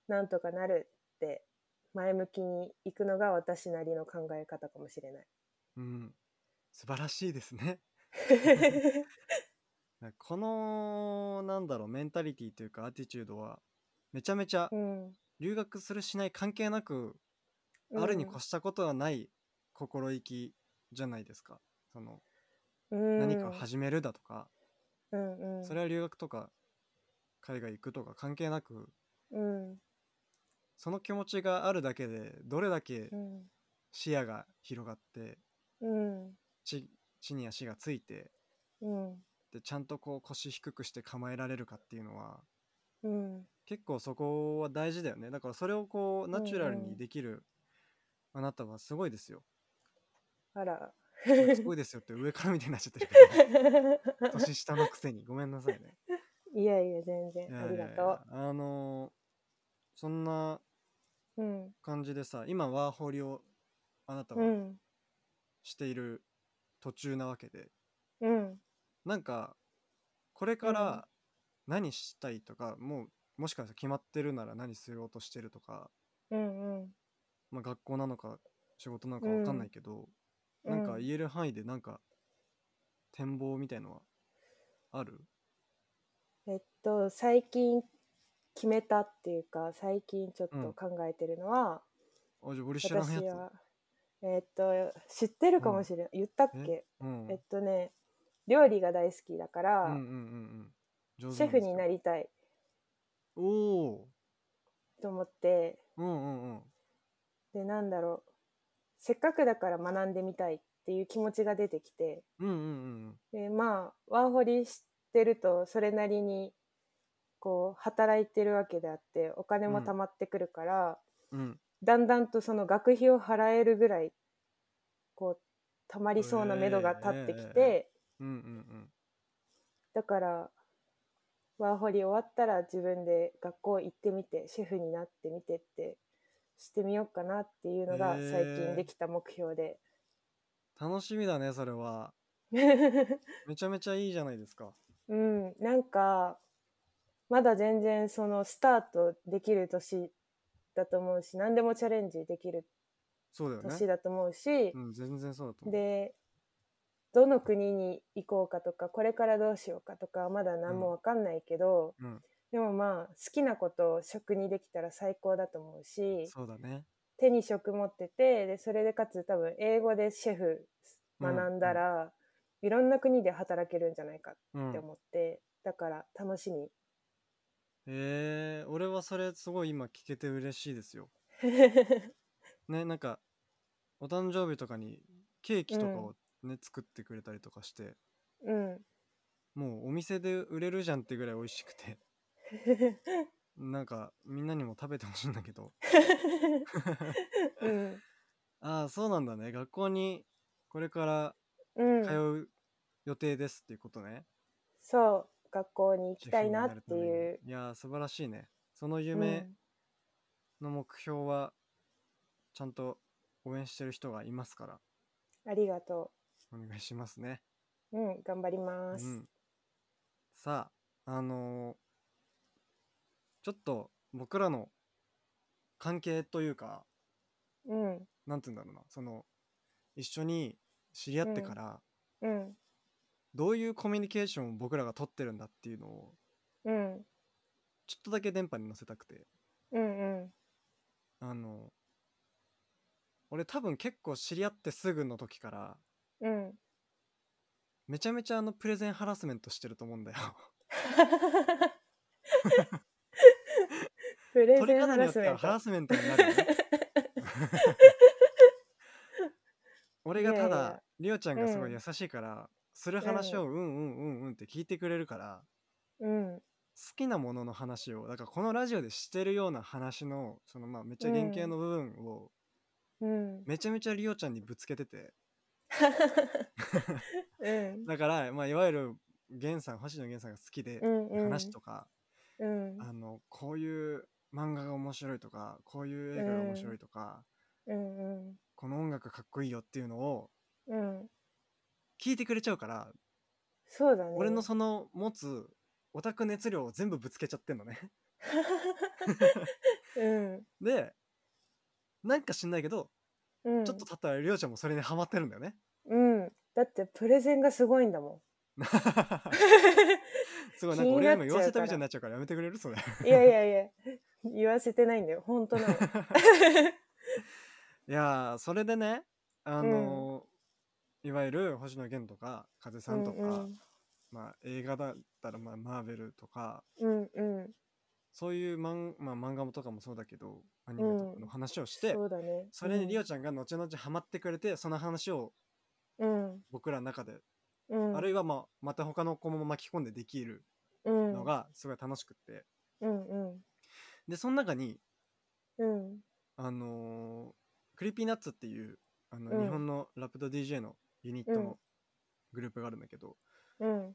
なんとかなるって前向きに行くのが私なりの考え方かもしれ ない。
うん素晴らしいですねこのなんだろうメンタリティというかアティチュードはめちゃめちゃ
うん、
留学するしない関係なくあるに越したことはない心意気じゃないですかその
うん
何かを始めるだとか、
うんうん、
それは留学とか海外行くとか関係なく
うん
その気持ちがあるだけでどれだけ
うん
視野が広がって
うん
地地に足がついて
うん
でちゃんとこう腰低くして構えられるかっていうのは
うん
結構そこは大事だよねだからそれをこうナチュラル
うんう
に
ん
できるあなたはすごいですよ
あら
すごいですよって上からみたいになっちゃってるけど 年下のくせにごめんなさいね
いやいや全
い
然
や
あり
い
が
やいや
と
あのーそんな
ううん
感じでさ今ワーホリをあなた
う
は
ん
している途中なわけで、
うん
なんかこれから何したいとか、もうもしかしたら決まってるなら何しようとしてるとか、
うんうん
まあ、学校なのか仕事なのか分かんないけど、なんか
うん
言える範囲でなんか展望みたいのはある
えっと最近決めたっていうか最近ちょっ
うん
と考えてるのは、
あじゃあ俺知らん
私
やつ、
はえっと知ってるかもしれない、言ったっけ
うん、
えっとね料理が大好きだか
う
ら、
んうんうんうん上
シェフにな
り
りたい
おお
と思って
ーうんうんうん
でなんだろうせっかくだから学んでみたいっていう気持ちが出てきて
うんうん
でまあワーホリしてるとそれなりにこう働いてるわけであってお金も
うん
貯まってくるから、
うんうん
だんだんとその学費を払えるぐらいこう貯まりそうなめどが立ってきて、
えうんうんうん
だからワーホリ終わったら自分で学校行ってみてシェフになってみてってしてみようかなっていうのが
へえ
最近できた目標で、
楽しみだねそれはめちゃめちゃいいじゃないですか
うんなんかまだ全然そのスタートできる年だと思うし何でもチャレンジできる
そうだよ
年
ね
だと思うし、
うん全然そうだと思う
でどの国に行こうかとかこれからどうしようかとかまだ何もわかんないけど、
うん
でもまあ好きなことを食にできたら最高だと思うし
そうだね
手に職持っててでそれでかつ多分英語でシェフ学んだら、いろんな国で働けるんじゃないか
う
って
ん
思って、だから楽しみ
えー、俺はそれすごい今聞けて嬉しいですよねなんかお誕生日とかにケーキとかをね、作ってくれたりとかして
うん
もうお店で売れるじゃんってぐらい美味しくてなんかみんなにも食べてほしいんだけど
うん
ああそうなんだね学校にこれから
うん
通う予定ですっていうことね、
そう学校に行
シ
き
ェ
た
フ
い
に
な
な
っ
る
て
ために
いう
いやー素晴らしいねその
う
夢
ん
の目標はちゃんと応援してる人がいますから
ありがと
お願いしますね
ううん頑張ります、
うん、さああのーちょっと僕らの関係というか
うん
なんて言うんだろうなその一緒に知り合ってから
うん
どういうコミュニケーションを僕らが取ってるんだっていうのを
うん
ちょっとだけ電波に乗せたくて
うんうん
あの俺多分結構知り合ってすぐの時から
うん
めちゃめちゃあのプレゼンハラスメントしてると思うんだよ
プレ
取り
ゼ
方
ンハ
によ
ラ
って
スメ
は
ン
ハ
ト
ラスメントになる よね俺が
いや
た
いや
だりおちゃんがすご
う
い
ん
優しいからする話をうんうんうんうんって聞いてくれるから
うん
好きなものの話をだからこのラジオでしてるような話のそのまあめっちゃ
うん
原型の部分を
うん
めちゃめちゃりおちゃんにぶつけてて
うん
だからまあいわゆる源さん星野源さんが好きで
うんうん
話とか
うん
あのこういう漫画が面白いとかこういう映画が面白いとか
うんうん
この音楽かっこいいよっていうのを
うん
聞いてくれちゃうから
そうだね
俺のその持つオタク熱量を全部ぶつけちゃってんのね
うん
でなんか知んないけど、
うん
ちょっと経ったらりょうちゃんもそれにハマってるんだよ ね
うんだってプレゼンがすごいんだも
すごいなんか俺が今
気になっ
言
ちゃうから
わせたみたいになっちゃうからやめてくれるそれ
んいやいやいや言わせてないんだよ本当なの
いやーそれでねあのーいわゆる星野源とか風さんとか、
うん
まあ、映画だったら、まあ、マーベルとか
うんうん
そういうマン、まあ、漫画とかもそうだけどアニメとかの話をして、
そうだね
それにりお
ち
ちゃんが後々ハマってくれてその話を
うん
僕らの中で、
うん
あるいは、まあ、また他の子も巻き込んでできる
うん
のがすごい楽しくって、
うんうん
でその中に
うん
あのークリーピーナッツっていうあの、
うん
日本のラプト DJ のユニット
うん
のグループがあるんだけど、
うん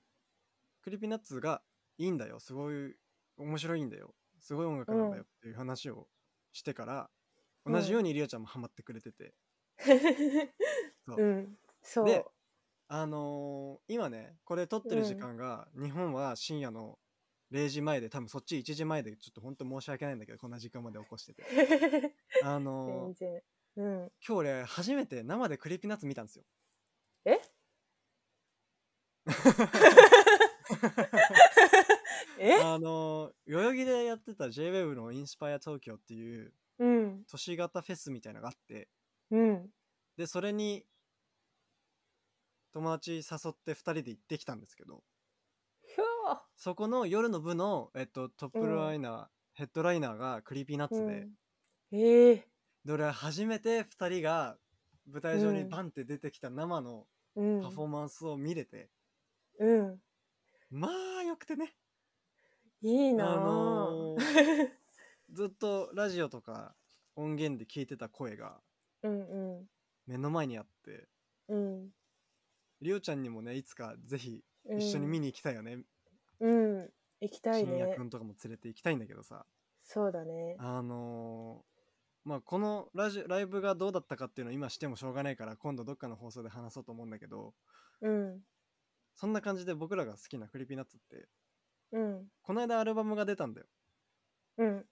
クリーピーナッツがいいんだよすごい面白いんだよすごい音楽なんだよっていう話をしてから、
うん
同じようにりおちゃんもハマってくれてて、そう
うんそう
であのー今ねこれ撮ってる時間が、日本は深夜の0時前で多分そっち1時前でちょっと本当申し訳ないんだけどこんな時間まで起こしてて あの
全然うん。
今日俺初めて生でクリーピーナッツ見たんですよ
ええ
あの代々木でやってた JWEB のインスパイア東京っていう
うん。
都市型フェスみたいなのがあって
うん。
でそれに友達誘って2人で行ってきたんですけど
ひょー
そこの夜の部の、えっと、トップライナー、ヘッドライナーがクリーピーナッツで、
うんええ
で俺は初めて2人が舞台上に
うん
バンって出てきた生の
うん。
パフォーマンスを見れて、
うん。
まあよくてね
いいなぁ、
あのずっとラジオとか音源で聞いてた声が
うん
目の前にあって
うん。
りおちゃんにもねいつかぜひ
うん。
一緒に見
に。
に行きたいよね、
うん。行きたい
深夜
ね
く。んとかも連れて行きたいんだけどさ
そうだね。
あのーまあこのラジオライブがどうだったかっていうのを今してもしょうがないから今度どっかの放送で話そうと思うんだけど
うん。
そんな感じで僕らが好きなクリピーナッツって
うん。
この間アルバムが出たんだよ
うん。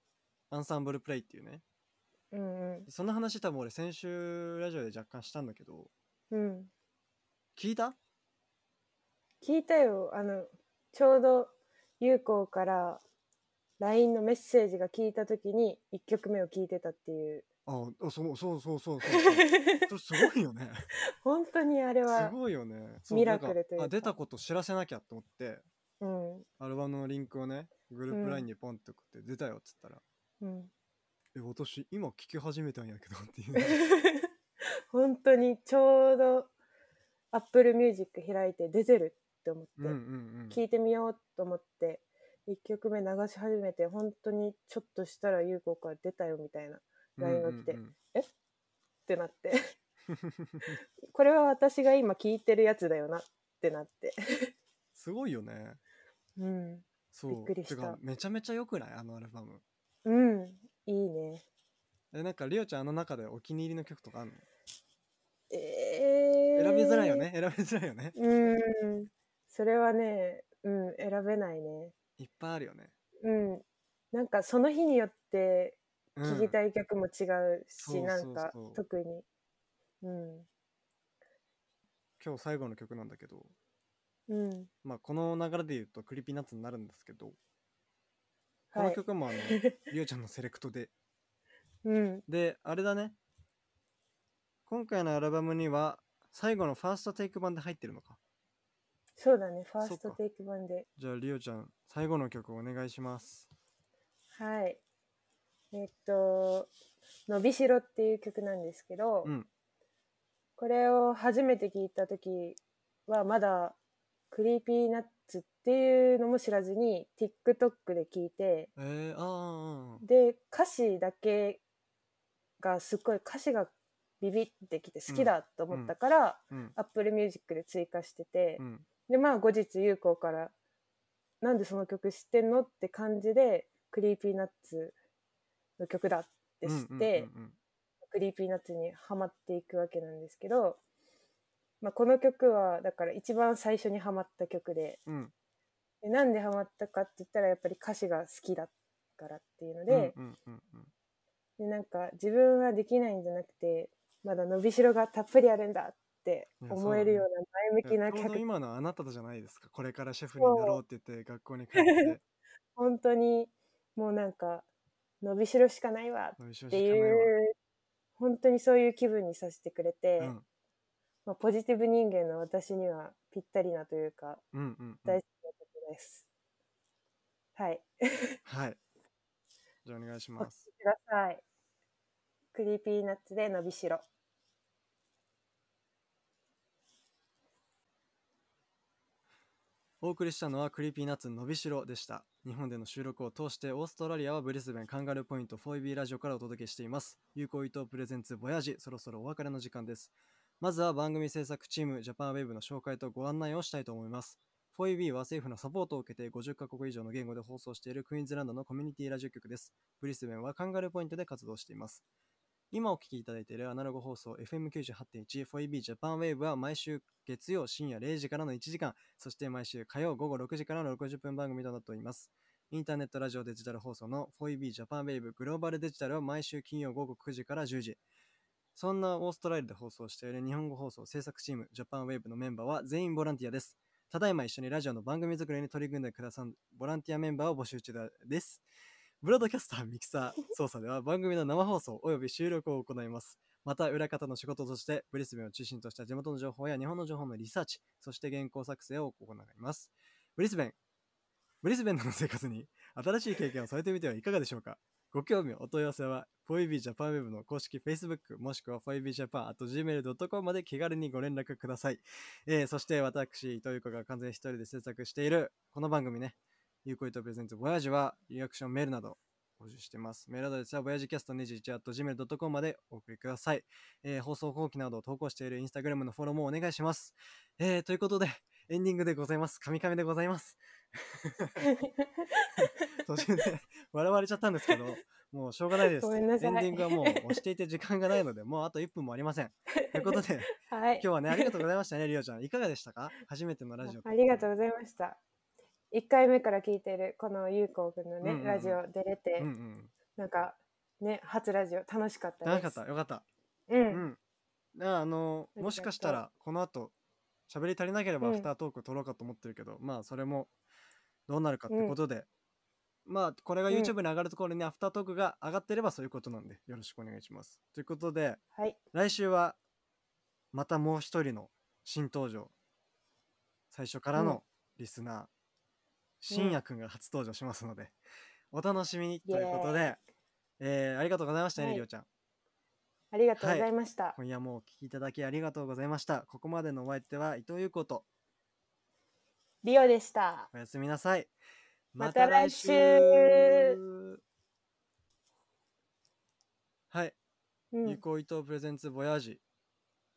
アンサンブルプレイっていうね
うん。
その話多分俺先週ラジオで若干したんだけど
うん。
聞いた
聞いたよ。あの、ちょうど、ゆうこうから LINE のメッセージが聞いたときに、1曲目を聞いてたっ ていう。
ああそうそうそうそうそう そうそれすごいよ ね
本当にあれは
す、ごいよねそう
ミラクル
なん
というか
あ出たこと知らせなきゃと思って
うん。
アルバムのリンクをねグルー
う
プ
ん
LINE にポンって送って出たよっつったら、
うん。
え私今聞き始めたんやけど っていうね
本当にちょうど Apple Music 開いて出てるって思って、
うんうんう
聞
ん
いてみようと思って1曲目流し始めて本当にちょっとしたら優子から出たよみたいなっ LINE が来て
うんうんうん
てなって これは私が今聞いてるやつだよなってなって、
すごいよね
うん、
そう
びっくりした
てかめちゃめちゃ良くないあのアルバム
うんいいね
えなんかりおちゃんあの中でお気に入りの曲とかあんの、
えー、
選びづらいよね選びづらいよね
うんそれはねうん選べないね
いっぱいあるよね
うんなんかその日によって
うん
聴きたい曲も違う
そうそうそ
し、
う
なんか特に。うん。
今日最後の曲なんだけど
うん。
まあこの流れで言うとクリピーナッツになるんですけど、こ
は
の
い。
曲 もあのりおちゃんのセレクトで
うん。
であれだね今回のアルバムには最後のファーストテイク版で入ってるのか
そうだね。ファー
そ
ス
っ
ト
か
テイク版で。
じゃありおちゃん最後の曲お願いします
はい。えっと、伸びしろっていう曲なんですけど、
うん
これを初めて聞いた時はまだクリーピーナッツっていうのも知らずに TikTok で聞いて、
えー、あーあーあー
で歌詞だけがすっごい歌詞がビビってきて好きだと思ったから、
うん
アップルミュージックで追加してて、
うん
でまあ後日優子から「なんでその曲知ってんの?」って感じで「クリーピーナッツの曲だ」って知って、
うんうん
クリーピーナッツにはまっていくわけなんですけど、まあ、この曲はだから一番最初にはまった曲で
うん
でなんでハマったかって言ったらやっぱり歌詞が好きだからっていうので。
うんうんうん
でなんか自分はできないんじゃなくてまだ伸びしろがたっぷりあるんだって思えるような前向き
うん、い
な
やちょうど
曲、
今のあなたとじゃないですかこれからシェフになろうって言って学校に 帰って
本当にもうなんか伸びしろしかないわっ
のびしろ
て
しかないいわ
う本当にそういう気分にさせてくれて、
うん
まあ、ポジティブ人間の私にはぴったりなというか
うんうんう
大
ん
好きな曲です、はい
はいじゃあお願いし
お聴
ま
き
す
くださいクリーピーナッツで伸 びしろ
お送りしたのはクリーピーナッツのびしろでした。日本での収録を通してオーストラリアはブリスベンカンガルーポイント 4EB ラジオからお届けしています。有効伊藤プレゼンツボヤージ、そろそろお別れの時間です。まずは番組制作チームジャパンウェブの紹介とご案内をしたいと思います。4EB は政府のサポートを受けて50カ国以上の言語で放送しているクイーンズランドのコミュニティラジオ局です。ブリスベンはカンガルーポイントで活動しています。今お聞きいただいているアナログ放送 FM98.1 4EB ジャパンウェーブは毎週月曜深夜0時からの1時間、そして毎週火曜午後6時からの60分番組となっております。インターネットラジオデジタル放送の 4EB ジャパンウェーブグローバルデジタルは毎週金曜午後9時から10時。そんなオーストラリアで放送している日本語放送制作チームジャパンウェーブのメンバーは全員ボランティアです。ただいま一緒にラジオの番組作りに取り組んでくださるボランティアメンバーを募集中です。ブロードキャスター、ミキサー、操作では番組の生放送及び収録を行います。また、裏方の仕事として、ブリスベンを中心とした地元の情報や日本の情報のリサーチ、そして原稿作成を行います。ブリスベン、ブリスベンでの生活に新しい経験をされてみてはいかがでしょうかご興味、お問い合わせは、4EBJapanWeb の公式 Facebook もしくは 4EBJapan.gmail.com まで気軽にご連絡ください。えーそして私、伊藤優子が完全一人で制作している、この番組ね、ゆうこいとプレゼンツ、ボヤジはリアクションメールなど募集してます。メールアドレスは、ボヤジキャスト21 at gmail.com までお送りください。えー放送後期などを投稿しているインスタグラムのフォローもお願いします。えーということで、エンディングでございます。カミカミでございます。途中で 笑われちゃったんですけど、もうしょうがないです。
ごめんなさい
エンディングはもう押していて時間がないので、もうあと1分もありません。ということ で、
はい。
今日はね、ありがとうございましたね、りおちゃん。いかがでしたか初めてのラジオ。
ありがとうございました。1回目から聞いてるこのゆうこうくんのね、
うんうんうん
ラジオ出れて、
うんうん。
なんかね、初ラジオ楽しかった
長
です。
かった、よかった。
う。
うんん。ああの、
ありがとう
もしかしたら、この後、喋り足りなければ
う
ア
ん
フタートークを取ろうかと思ってるけど、まあ、それも、どうなるかってことで、まあ、これが
うん
YouTube に上がるところにアフタートークが上がってればそういうことなんで、よろしくお願いします。ということで、
はい。
来週はまたもう一人の新登場最初からのリスナー、しんやくんが初登場しますので、お楽しみにということ
イ
で、えーありがとうございましたね、
はい
りょうちゃん
ありがとうございました。
今夜もお聞きいただきありがとうございましたここまでのお相手は伊藤優子と
リオでした。
おやすみなさい
また来週
はい、
う
ゆ
ん。
こ伊藤プレゼンツボヤージ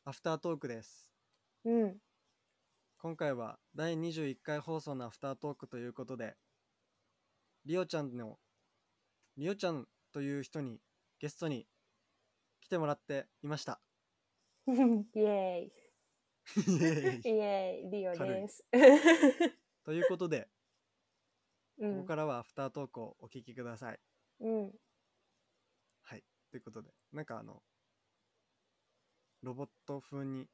アフタートークです
うん。
今回は第21回放送のアフタートークということでリオちゃんのリオちゃんという人にゲストに来てもらっていました
イエ
イエーイ
ーイ。イエーイ。リオです。
ということで、
う
ここ
ん。
からはアフタートークをお聞きください
うん。
はいということでなんかあのロボット風に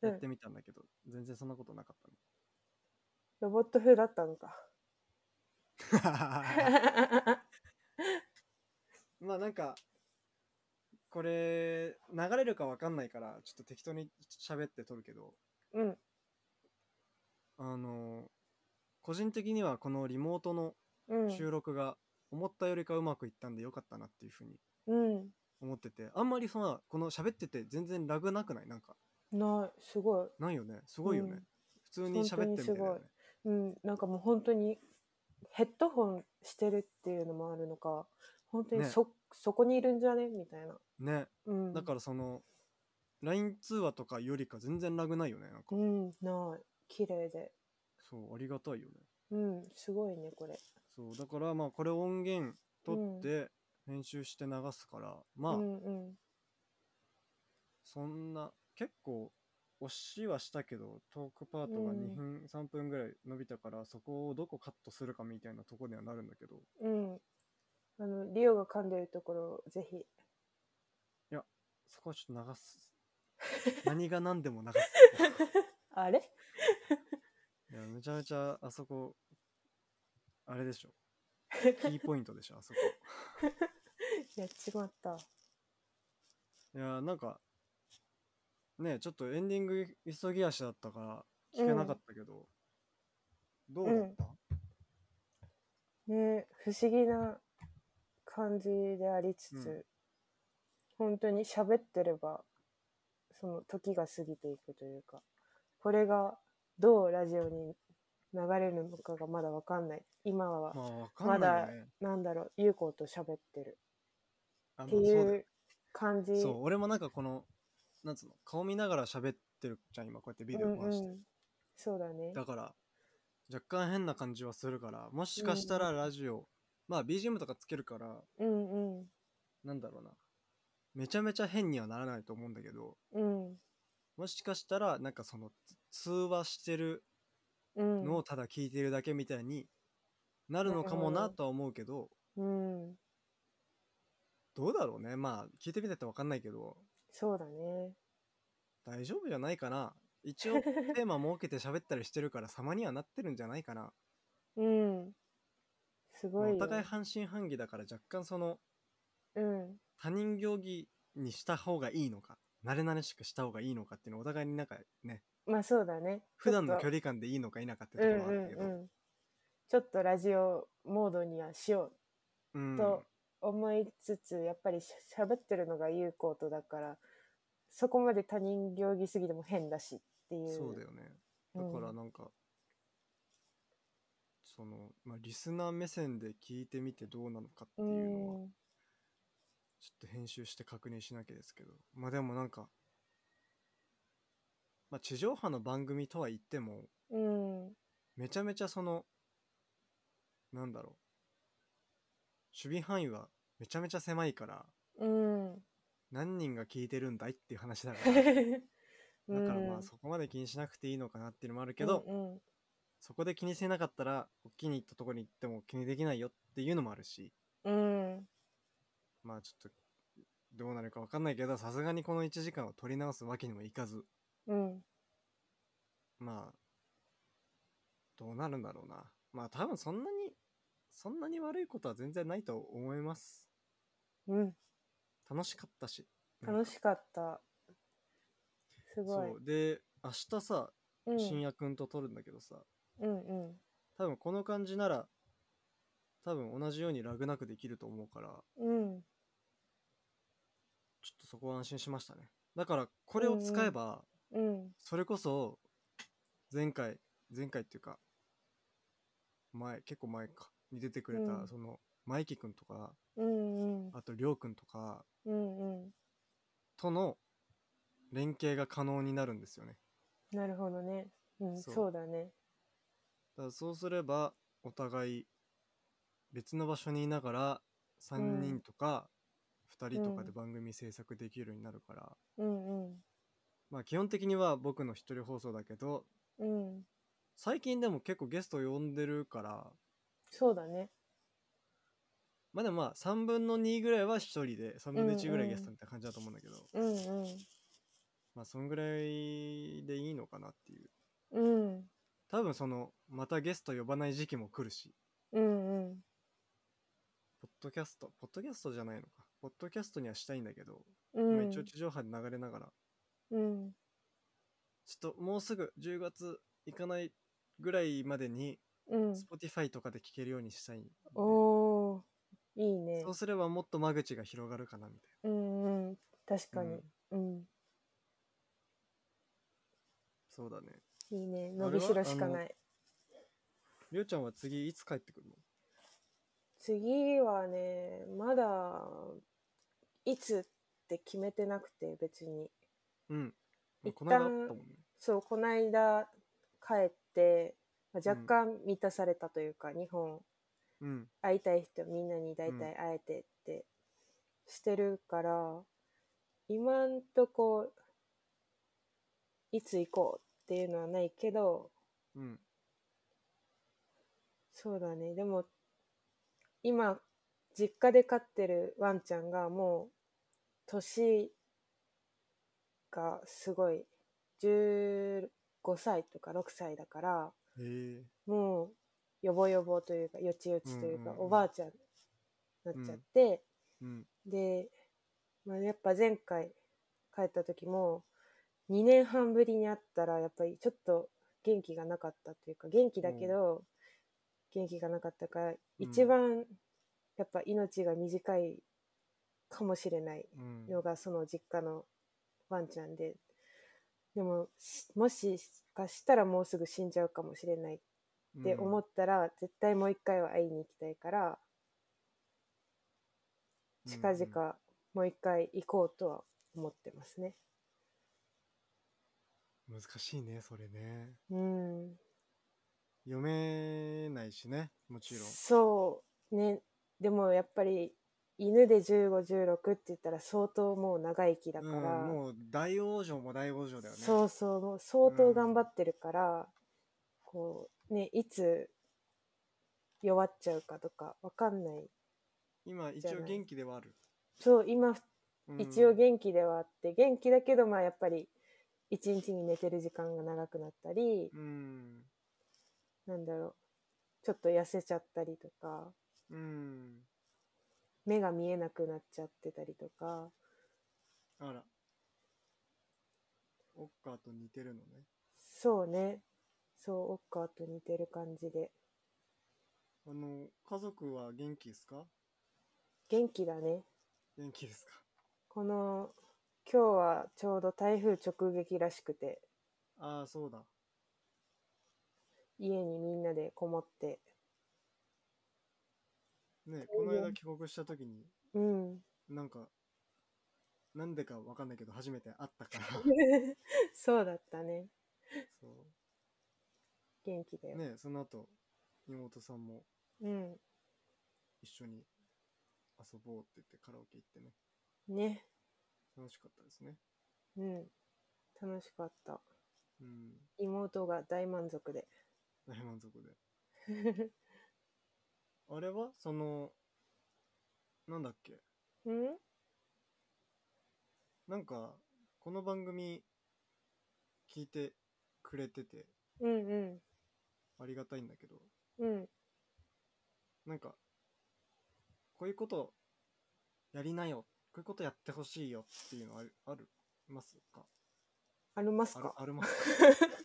やってみたんだけど、全然そんなことなか
ロボット風だったのか。
ったね まあなんかこれ流れるかわかんないからちょっと適当に喋って撮るけど
うん。
あの個人的にはこのリモートの
うん。
収録が思ったよりかうまくいったんでよかったなっていうふうに
うん。
思っててあんまりそのこの喋ってて全然ラグなくないなんか
ない、すごい。
ないよねすごいよね、
うん
普通に喋ってるみたいだよ
本当に
ね
すうん、なんかもう本当にヘッドホンしてるっていうのもあるのか本当に
ね
そ,、そこにいるんじゃねみたいな、
ね
うん、
だからその LINE 通話とかよりか全然ラグないよねなんか、
うんない綺麗で
そうありがたいよね
うんすごいねこれ
そうだからまあこれ音源取って編集して流すから、まあ
うんうん
そんな結構押しはしたけどトークパートが
うん
2分、3分ぐらい伸びたからそこをどこカットするかみたいなとこにはなるんだけど
うんあのリオが噛んでるところをぜひ
そこはちょっと流す 何が何でも流す
あれ
いやめちゃめちゃあそこあれで しょキーポイントでしょあそこ
やっちまった
いやなんかねちょっとエンディング急ぎ足だったから聞けなかったけど、どうだった、
ね不思議な感じでありつつ、
うん
本当に喋ってればその時が過ぎていくというかこれがどうラジオに流れるのかがまだわかんない今は
まあわかんないよね、
なんだろう優子、と喋ってる
あ
って
まあそうだよ
いう感じ
そう俺もなんかこのなんつうの顔見ながら喋ってるじゃん今こうやってビデオ回して、
うんうんそうだね
だから若干変な感じはするからもしかしたらラジオ、まあ BGM とかつけるから
うんうん
なんだろうなめちゃめちゃ変にはならないと思うんだけど
うん
もしかしたらなんかその通話してる
うん
のをただ聞いてるだけみたいになるのかも
なるほ
な
ど
とは思うけど、
うん
どうだろうねまあ聞いてみないと分かんないけど
そうだね。
大丈夫じゃないかな一 応テーマ設けて喋ったりしてるから様にはなってるんじゃないかな
うん。す
まあ
ごいよ。
お互い半信半疑だから若干その
うん。
他人行儀にした方がいいのか慣れ慣れしくした方がいいのかっていうのをお互いになんかね
まあそうだね。
普段の
ちょ
距
っ
離感でいいのか否かってと
と
ころはあるけど
うんうんうん。ちょっとラジオモードにはしよ
うん
うと思いつつ、やっぱりしゃ喋ってるのが有効とだから、そこまで他人行儀すぎても変だしっていう。
そうだよねだからなんか、その、まあ、リスナー目線で聞いてみてどうなのかって
うん
いうのはちょっと編集して確認しなきゃですけどまあでもなんか、まあ、地上波の番組とは言っても
うん。
めちゃめちゃそのなんだろう守備範囲はめちゃめちゃ狭いから
うん。
何人が聞いてるんだいっていう話だ からだからま
うん
あそこまで気にしなくていいのかなっていうのもあるけど、
うんうん
そこで気にせなかったらお気に入ったところに行っても気にできないよっていうのもあるし
うん、
まあちょっとどうなるか分かんないけどさすがにこの1時間を取り直すわけにもいかず
うん、
まあどうなるんだろうなまあ多分そんなにそんなに悪いことは全然ないと思います
うん、
楽しかったし
楽しかった。す
そ
ごい。
うで明日さ
うん、
深夜くんと撮るんだけどさ、
うん、うん、
多分この感じなら多分同じようにラグなくできると思うから
うん、
ちょっとそこは安心しましたね。だから、これを使えば、
うん、
それこそ、前回、前回っていうか、前、結構前か、に出てくれた、
うん
その、マイキ君とか、
うん、うん、
あと、りょう君とか、
うん、う
との連携が可能になるんですよね。
ん。なるほどね。うん、
そ
そううだね。
だからそうすれば、お互い、別の場所にいながら、3人とか、2人とかで番組制作できるようになるから、
うん、うん、
まあ、基本的には僕の一人放送だけど、
うん、
最近でも結構ゲスト呼んでるから
そうだね。
まあでもまあ3分の2ぐらいは1人で3分の1ぐらい
うんうん
ゲストみたいな感じだと思うんだけど、
うん、
まあそんぐらいでいいのかなっていう
うん、うん、
多分そのまたゲスト呼ばない時期も来るし
うん、うん、
ポッドキャストポッドキャストじゃないのかポッドキャストにはしたいんだけど、
う
まあ
ん
一応、地上波で流れながら
うん、
ちょっともうすぐ10月行かないぐらいまでに
うん。
Spotify とかで聴けるようにしたいんで、
おー、いいね
そう。すればもっと間口が広がるかなみたい
うん、うん、確
な、
かに。うん、
そうだね
いいね。
あ
伸
れ
び
は
しろしか
あの
ない。
りょうちゃんは次いつ帰ってくるの
次はねまだいつって決めてなくて別に
うん。
一
この間あ
旦
ったもんね。
そうこの間帰ってまあ
うん
若干満たされたというか、日本
うん。
会いたい人みんなに大
うん
体会えてってしてるから、今んとこいつ行こうっていうのはないけど
うん。
そうだね。でも、今、実家で飼ってるワンちゃんがもう、年がすごい、15歳とか6歳だから、
へえ。
もう、よぼよぼというか、よちよちというか、
うんうんうん
おばあちゃんになっちゃって、
うん。
で、まあ、やっぱ前回帰った時も、2年半ぶりに会ったら、やっぱりちょっと元気がなかったというか、元気だけど、元気がなかったから、一番やっぱ命が短いかもしれない
うん。
のが、その実家のワンちゃんで、でも、しもしかしたらもうすぐ死んじゃうかもしれないって思
っ
ったら、絶対もう一回は会いに行きたいから、近々もう一回行こうとは思ってますね。
難しいね、それね。
うん、
読めないしね、もちろん。
そうねでもやっぱり犬で1516って言ったら相当もう長生きだから、
うん、もう大往生も大往生だよね。
そうそうもう相当頑張ってるから、こうねいつ弱っちゃうかとかわかんない
今、一
じゃ
応
ない
元気ではある。
そう今
うん
一応元気ではあって、元気だけどまあやっぱり一日に寝てる時間が長くなったり、
うん
なんだろうちょっと痩せちゃったりとか
うん
目が見えなくなっちゃってたりとか
あらオッカーと似てるのね
そうねそうオッカーと似てる感じで
あの家族は元気ですか
元気だね
元気ですか
この今日はちょうど台風直撃らしくて
ああそうだ
家にみんなでこもって
ねこの間帰国した時に
うん
なんかなんでかわかんないけど初めて会ったから
そうだったね
そ
元気だ
う
よ、
ねその後妹さんも
うん
一緒に遊ぼうって言ってカラオケ行ってね
ね
楽しかったですね
うん楽しかった
うん
妹が大満足で
大満足であれはそのなんだっけ
うん
なんかこの番組聞いてくれてて
うんうん
ありがたいんだけど
うん
なんかこういうことやりなよこういうことやってほしいよっていうのあるあるますか
あります
ある
か
ありますか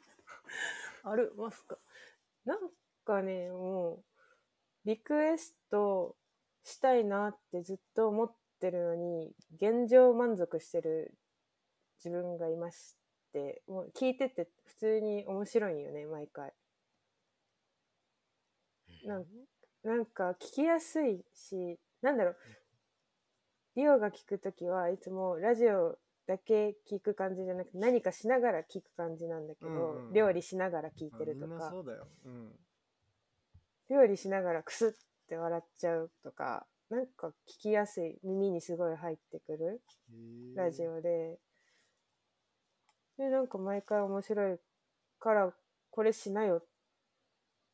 ありますかなんかねもうリクエストしたいなってずっと思ってるのに現状満足してる自分がいましてもう聞いてて普通に面白いよね毎回なんなんか聞きやすいしなんだろうリオが聞くときはいつもラジオだけ聞く感じじゃなくて何かしながら聞く感じなんだけど、
うんうん
料理しながら聞い
あ
てる
み
と
んな
か
そうだようん
料理しながらクスって笑っちゃうとかなんか聞きやすい耳にすごい入ってくる
へー
ラジオで、でなんか毎回面白いからこれしなよっ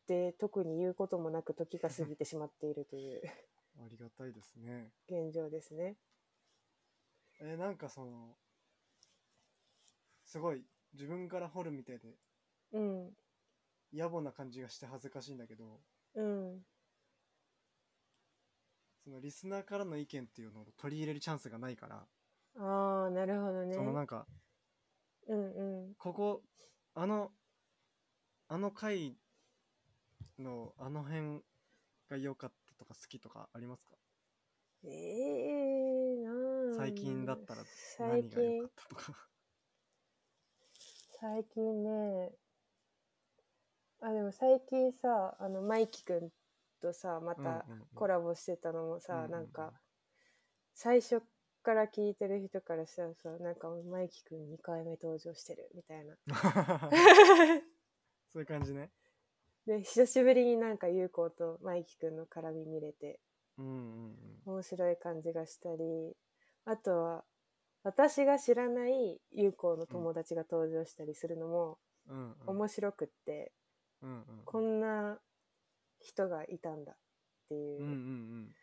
て特に言うこともなく時が過ぎてしまっていると いう
ありがたいですね
現状ですね。
えーなんかそのすごい自分から掘るみたいで
うん
野暮な感じがして恥ずかしいんだけど
うん
そのリスナーからの意見っていうのを取り入れるチャンスがないから、
ああなるほどね。
そのなんか
うん
ここあのあの回のあの辺が良かったとか好きとかありますか
うん。ええなん
最近だったら
最
何が良か
近
ったとか
最近ねあでも最近さあのマイキ君とさま
うんうん
た
うん
コラボしてたのもさ、
うんうんうん
なんか最初から聞いてる人からしたらさなんかマイキ君2回目登場してるみた いな
そういう感じね
で久しぶりになんか優子とマイキ君の絡み見れて
うんうん
面白い感じがしたりあとは私が知らない優子の友達が登場したりするのも
うんうんうん
面白くって。
うんうん
こんな人がいたんだってい
うんうんう
う、
ん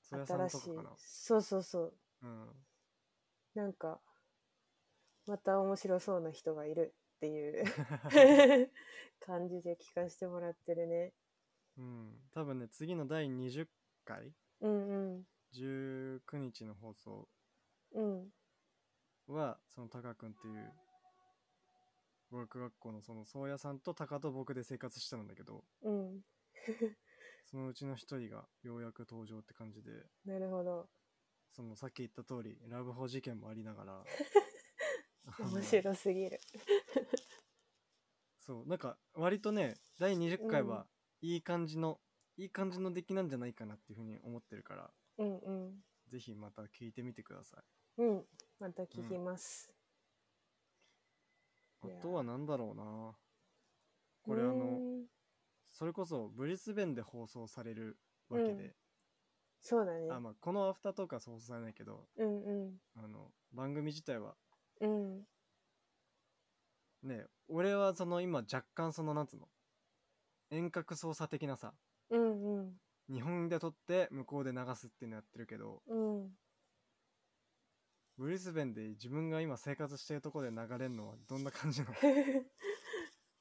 それはさん
新し
と
い
かかな
そうそうそう
うん
なんかまた面白そうな人がいるっていう 感じで聞かせてもらってるね
うん、多分ね次の第20回
うんうん
19日の放送
うん
はそのタカ君っていう語学学校のその宗谷さんとタカと僕で生活してたんだけど
うん
そのうちの一人がようやく登場って感じで
なるほど
そのさっき言った通りラブホ事件もありなが らあの
面白すぎる
そうなんか割とね第20回
うん
はいい感じの、いい感じの出来なんじゃないかなっていうふうに思ってるから
うんうん
ぜひまた聞いてみてください
うんまた聞きます、いや
あとは何だろうなこれあ
う
の
ん
それこそブリスベンで放送されるわけで、
そうだね
あまあ、このアフタートークは放送されないけど
うんうん
あの番組自体は
うん
ね俺はその今若干そのなんつうの遠隔操作的なさ
うんうん
日本で撮って向こうで流すっていうのやってるけど
うん
ブリスベンで自分が今生活してるとこで流れるのはどんな感じ なの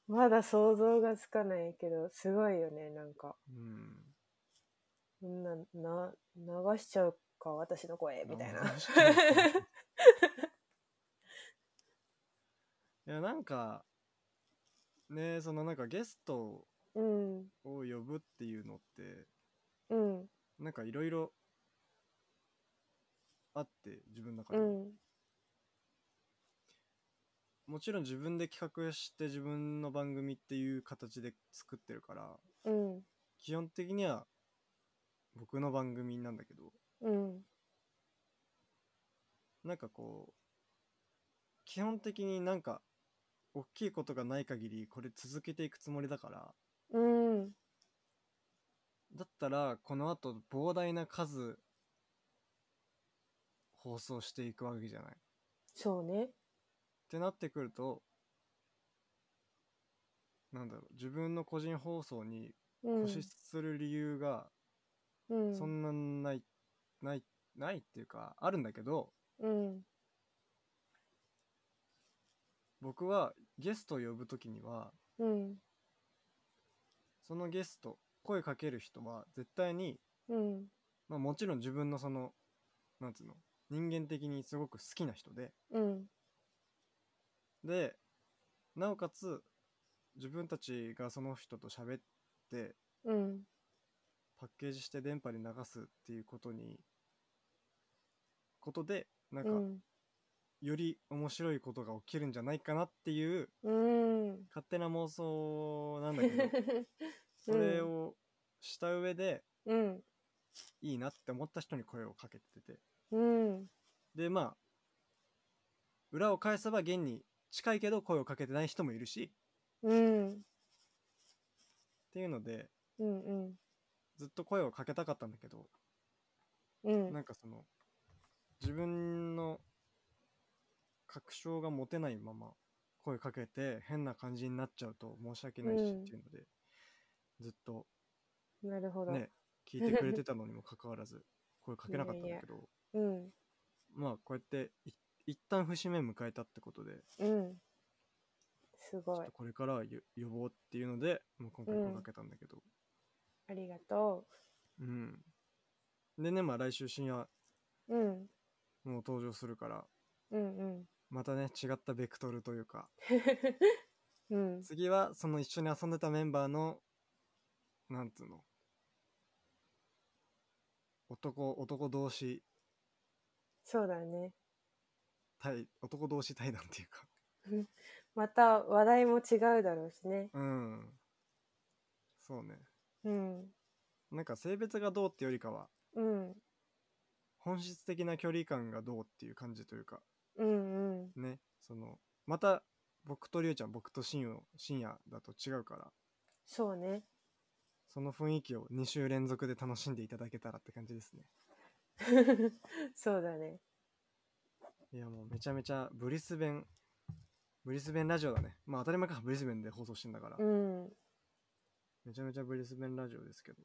まだ想像がつかないけど、すごいよね、なんか。
うん。
そんな、な、流しちゃうか、私の声、みたいな。
いやなんかねそのなんかゲスト
うん、
を呼ぶっていうのって
うん、
なんかいろいろあって自分の中
う
で、
ん、
もちろん自分で企画して自分の番組っていう形で作ってるから
うん、
基本的には僕の番組なんだけど
うん、
なんかこう基本的になんか大きいことがない限りこれ続けていくつもりだから
うん、
だったらこのあと膨大な数放送していくわけじゃない。っ
そうね。
てなってくるとなんだろう自分の個人放送に
うん
固執する理由が
うん、
そんなない、ないないっていうかあるんだけど
うん、
僕はゲストを呼ぶ時には
うん、
そのゲスト声かける人は絶対に、
うん、
まあ、もちろん自分のそのなんつうの人間的にすごく好きな人で
うん、
でなおかつ自分たちがその人と喋って
うん、
パッケージして電波に流すっていうことにことでなんか
うん、
より面白いことが起きるんじゃないかなっていう
うん。
勝手な妄想なんだけ どそれをした上で
うん、
いいなって思った人に声をかけてて
うん、
でまあ裏を返せば現に近いけど声をかけてない人もいるし
うん、
っていうので
うん、うん、
ずっと声をかけたかったんだけど
うん、
なんかその自分の確証が持てないまま声かけて変な感じになっちゃうと申し訳ないしっ
うん
ていうので、ずっと
なるほど。
ね聞いてくれてたのにもかかわらず声かけなかったんだけど
うん、
まあこうやってい一旦節目迎えたってことで
うん。す
ちょ
ご
っ
い
と。これからはよ予防っていうので、まあ、今回
うん
声かけたんだけど、
ありがと
うんでねまあ来週深夜
う。うん、
もう登場するから
うん、うん。
またね違ったベクトルというか
うん、
次はその一緒に遊んでたメンバーのなんつうの男男同士
そうだね。
対男同士対談っていうか
また話題も違うだろうしね。
うんそうね
うん、
なんか性別がどうってよりかは
うん、
本質的な距離感がどうっていう感じというか
うん、うん。
ねそのまた僕とりゅうちゃん僕と深夜深夜だと違うから
そうね。
その雰囲気を2週連続で楽しんでいただけたらって感じですね
そうだね。
いやもうめちゃめちゃブリスベン、ブリスベンラジオだね。まあ当たり前か、ブリスベンで放送してんだから。
うん、
めちゃめちゃブリスベンラジオですけど。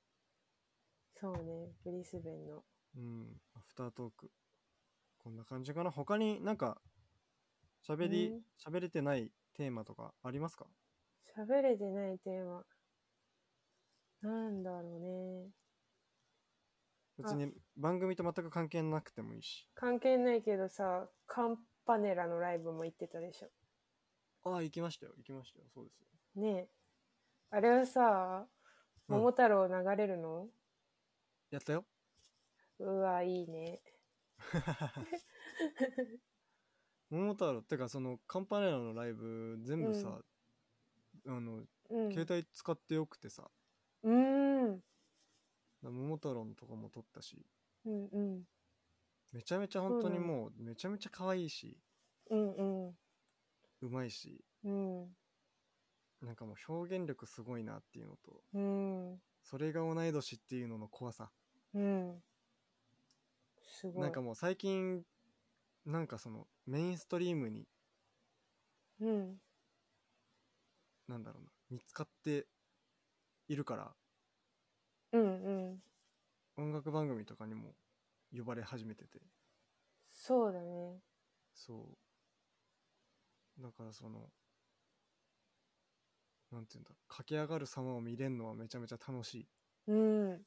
そうね。ブリスベンの。
うん、アフタートーク。こんな感じかな。他になんか、喋り
うん、
喋れてないテーマとかありますか
喋れてないテーマ。なんだろうね。
別に番組と全く関係なくてもいいし。
関係ないけどさ、カンパネラのライブも行ってたでしょ。
ああ、行きましたよ。行きましたよ。そうですよ。
ねえ。あれはさ、
うん
桃太郎流れるの、
やったよ。
うわ、いいね。
桃太郎ってかそのカンパネラのライブ全部さ、あの
うん。
携帯使ってよくてさ、
うーん。
桃太郎のとこも撮ったし
うんうん。
めちゃめちゃ
う
本当に
なんだ
もうめちゃめちゃ可愛いし
うん
うまいし
うん。
なんかもう表現力すごいなっていうのと
うん。
それが同い年っていうのの怖さ
うん。うん。すごい。
なんかもう最近なんかそのメインストリームに
うん。
なんだろうな見つかっているから
うんうん。
音楽番組とかにも呼ばれ始めてて
そうだね。
そうだからそのなんていうんだろう駆け上がる様を見れるのはめちゃめちゃ楽し
うん。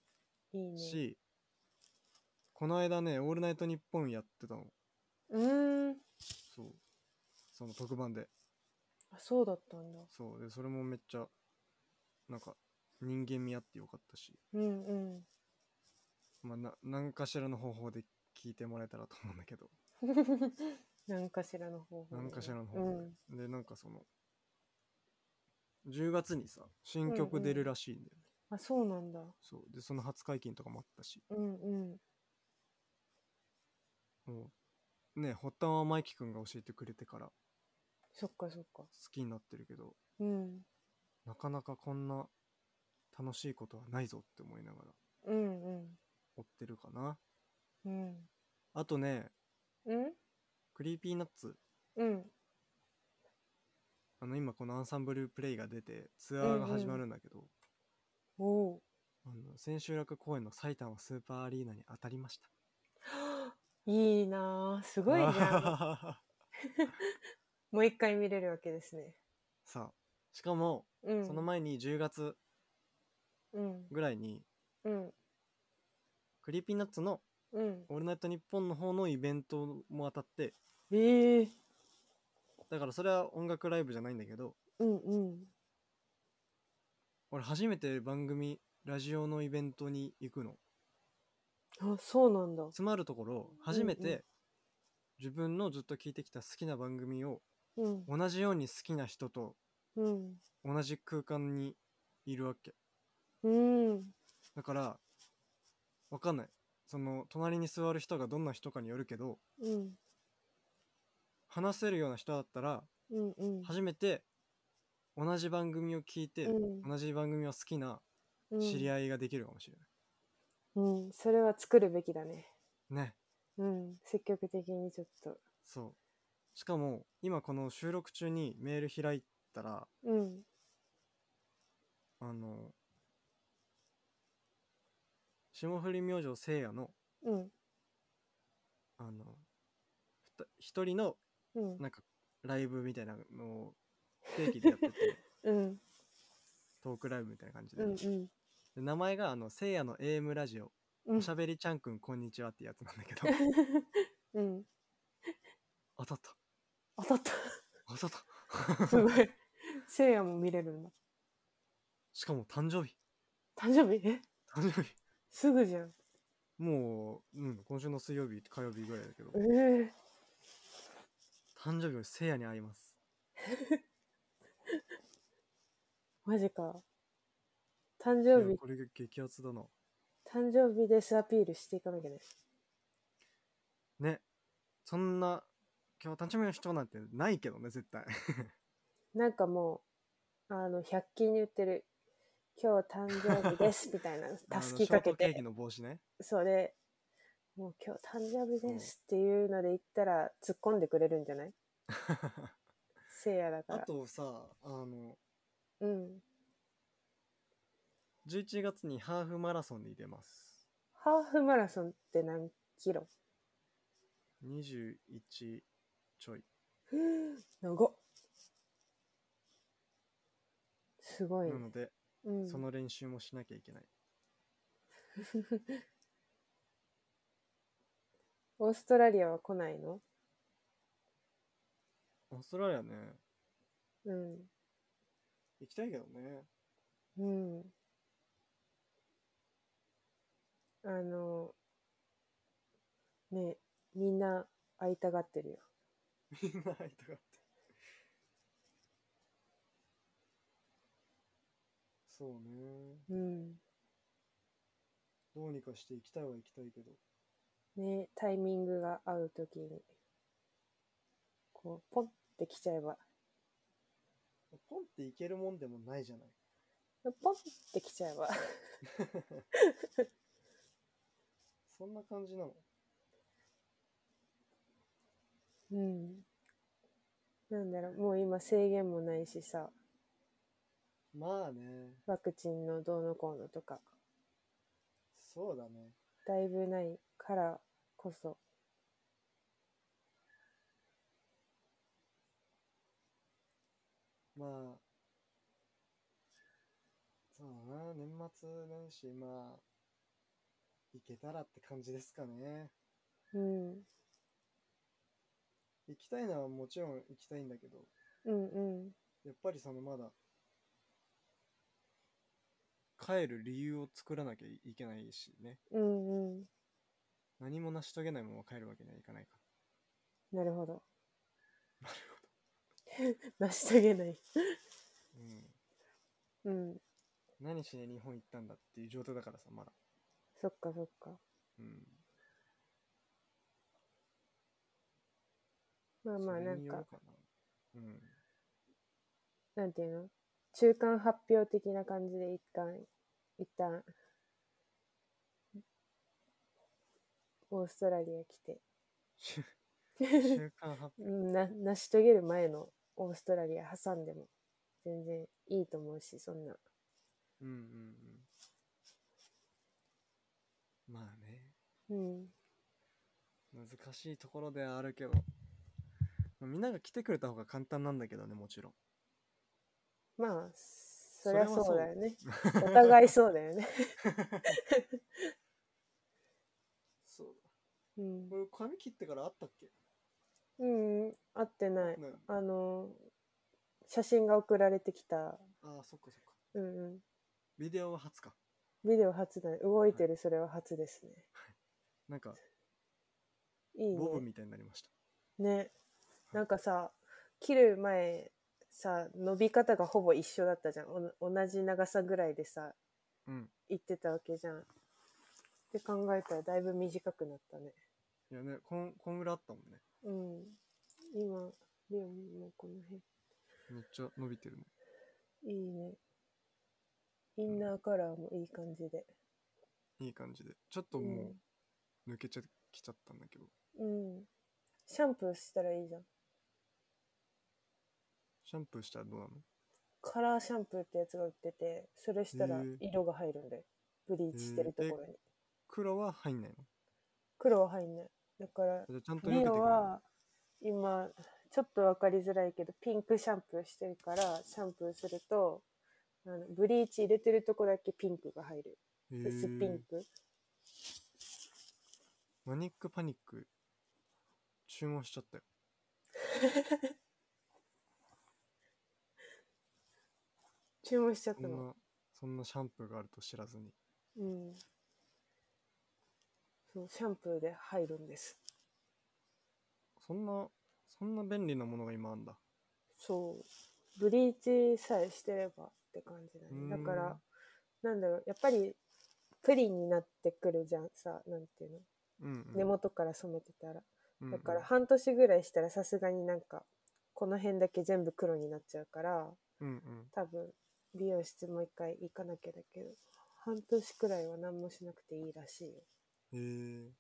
い
い
いね。
し、この間ね「オールナイトニッポン」やってたの
うーん。
そうその特番で
あ、そうだったんだ。
そうでそれもめっちゃなんか人間味あってよかったし、
うんうん。
まあ、な何かしらの方法で聞いてもらえたらと思うんだけど
何かしらの方法でね。
何かしらの方
う
法
ん。
で、でなんかその10月にさ新曲出るらしいんだよね、
あ、そうなんだ。
そうでその初解禁とかもあったし
うんうん。
もうね発端はマイキ君が教えてくれてから好
そっかそっか。
きになってるけど
うん。
なかなかこんな楽しいことはないぞって思いながら
うんうん。
追ってるかな
うん。
あとね
うん
クリーピーナッツ
うん。
あの今このアンサンブルプレイが出てツアーが始まるんだけど、
おお
あの千秋楽公演の埼玉スーパーアリーナに当たりました
ー。いいなーす
す
ご いじゃん。
さ
もう一回見れるわけですね。
あしかも、
うん。
その前に10月
うん。
ぐらいに
うん。
クリーピーナッツの
うん。
「オールナイトニッポン」の方のイベントも当たって
ええー。
だからそれは音楽ライブじゃないんだけど
うんうん。
俺初めて番組ラジオのイベントに行くの
あ、そうなんだ。
つまるところ初めて自分のずっと聞いてきた好きな番組を
うん。
同じように好きな人と
うん。
同じ空間にいるわけ
うん。
だからわかんないその隣に座る人がどんな人かによるけど
うん。
話せるような人だったら
うんうん。
初めて同じ番組を聞いて、
うん
同じ番組を好きな知り合いができるかもしれ
うん、それは作るべきだね。
ない、ね
うん、積極的にちょっと。
そうしかも今この収録中にメール開いたら
うん、
あの霜降り明星せいやの
うん、
あのふた一人の
うん、
なんかライブみたいなのを不定期でや ってて
うん、
トークライブみたいな感じで,、
うん、
で名前があのせいやの AM ラジオ
うん。
おしゃべりちゃんくんこんにちはってやつなんだけ ど
うん、
当たった
当たっ
当たった
た。すごい。せいやも見れるんだ。
しかも誕生日
誕生日え
誕生日
すぐじゃん。
もう、うん、今週の水曜日火曜日ぐらいだけど
ええ
誕生日をせいやに会います
マジか。誕
いや
生日、
これが激アツだな
誕生日ですアピールしていかなきゃね。
ねそんな今日誕生日の人なんてないけどね絶対
なんかもう、あの、100均に売ってる、今日誕生日 です、みたいな、たすきかけ
あのショートケー
て
キ。の帽子ね
それ、もう今日誕生日ですっていうので言ったら突っ込んでくれるんじゃないせいやだ か
あ
ら。
とさあの
うん。
11月にハーフマラソンに出ます
ハーフマラソンって何キロ
21ちょい
長っ。すごい
な
ね。
ので、
うん。
その練習もしなきゃいけない
オーストラリアは来ないの
オーストラリアね
うん。
行きたいけどね
うん。あの、ね、みんな会いたがってるよ。
みんな会いたかったそうね
うん。
どうにかして行きたいは行きたいけど
ね、タイミングが合うときに、こう、ポンって来ちゃえば、
ポンって行けるもんでもないじゃない
ポンって来ちゃえば、
そんな感じなの
うん。なんだろう、もう今制限もないしさ、
まあね
ワクチンのどうのこうのとか、
そうだね
だいぶないからこそ、
まあ、そうだな、年末年始、まあ、行けたらって感じですかね。
うん、
行きたいのはもちろん行きたいんだけど、
うん、うん。
やっぱりそのまだ、帰る理由を作らなきゃいけないしね。
うんうん。
何も成し遂げないまま帰るわけにはいかないか
なるほど。
ら。なる
成し遂げない。
ほど。うん。
うん。
何しに日本行ったんだっていう状態だからさ、まだ。
そっかそっか。
うん。
まあまあ、
それ
な
に
ん
よる
か、
かな。うん。
なんていうの中間発表的な感じで一旦、一旦、オーストラリア来て。
週週刊発
うんな成し遂げる前のオーストラリア挟んでも全然いいと思うしそんな
うん うんうん。まあね、
うん
難しいところではあるけど、まあみんなが来てくれた方が簡単なんだけどね、もちろん。
まあそ
そ
り
れ
ゃ
は
そうだよね
そう
お互いそうだよね
そう。
うん、
これ髪切ってからあったっけ
うん、合ってない
ね
あの写真が送られてきた、
ああ、そっかそっか。
うんうん、
ビデオは初か。
ビデオ初だね動いてるそれは初ですね
なんか、
いい
ボブ
ね
みたいになりました。
ねなんかさ切る前さ伸び方がほぼ一緒だったじゃんおな同じ長さぐらいでさ
うん。
行ってたわけじゃん。って考えたらだいぶ短くなったね。
いやね、こん、こんぐらいあったもんね。
うん。今、リオンもこの
めっちゃ伸びてるね。
辺。いいね。インナーカラーもいい感じで。
いい感じで。ちょっともう、抜けちゃ、きちゃったんだけど。
うん。うん。シャンプーしたらいいじゃん。
シャンプーしたらどうなの
カラーシャンプーってやつが売ってて、それしたら
へえ
色が入るんだよ。ブリーチしてるところに。
黒は入んないの
黒は入んない。だから、
じゃあちゃんと避けて
リ
くれ
オ
る
は今ちょっと分かりづらいけどピンクシャンプーしてるからシャンプーするとあのブリーチ入れてるとこだけピンクが入る
へー
薄ピンク
マニックパニック注文しちゃったよ
注文しちゃっ
そ
た
ん
の
なそんなシャンプーがあると知らずに
うんそうシャンプーで入るんです
そんなそんな便利なものが今あんだ
そうブリーチさえしてればって感じだ
う
ね
ん
だからなんだろうやっぱりプリンになってくるじゃんさなんていうの
うん、うん、
根元から染めてたら、
うんうん
だから半年ぐらいしたらさすがになんかこの辺だけ全部黒になっちゃうから
うんうん
多分美容室もう一回行かなきゃだけど半年くらいは何もしなくていいらしいよ
へえ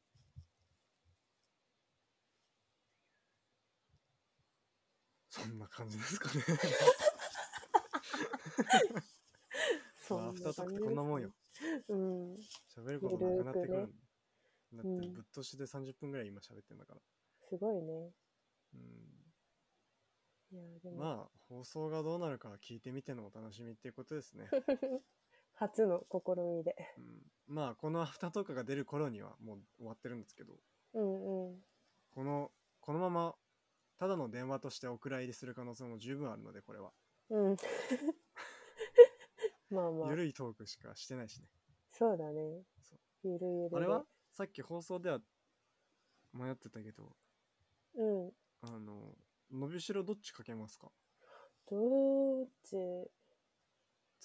そんな感じですかねまあアフタートークってこんなもんよ
うん
喋ることなくなってくる
ゆる
ん
く
だだっ
う
て
ん
ぶっ通しで30分ぐらい今喋ってんだから
すごいね
うん
いやでも、
まあ放送がどうなるかは聞いてみてのお楽しみっていうことですね、
初の試みで
うん、まあこのアフタートークが出る頃にはもう終わってるんですけど
うんうん
このこのままただの電話としてお蔵入りする可能性も十分あるのでこれは
うん まあまあ
ゆるいトークしかしてないしね
そうだね
そう
ゆるゆるで
あれはさっき放送では迷ってたけど
うん
あの伸びしろどっちかけますか
どっち
通
で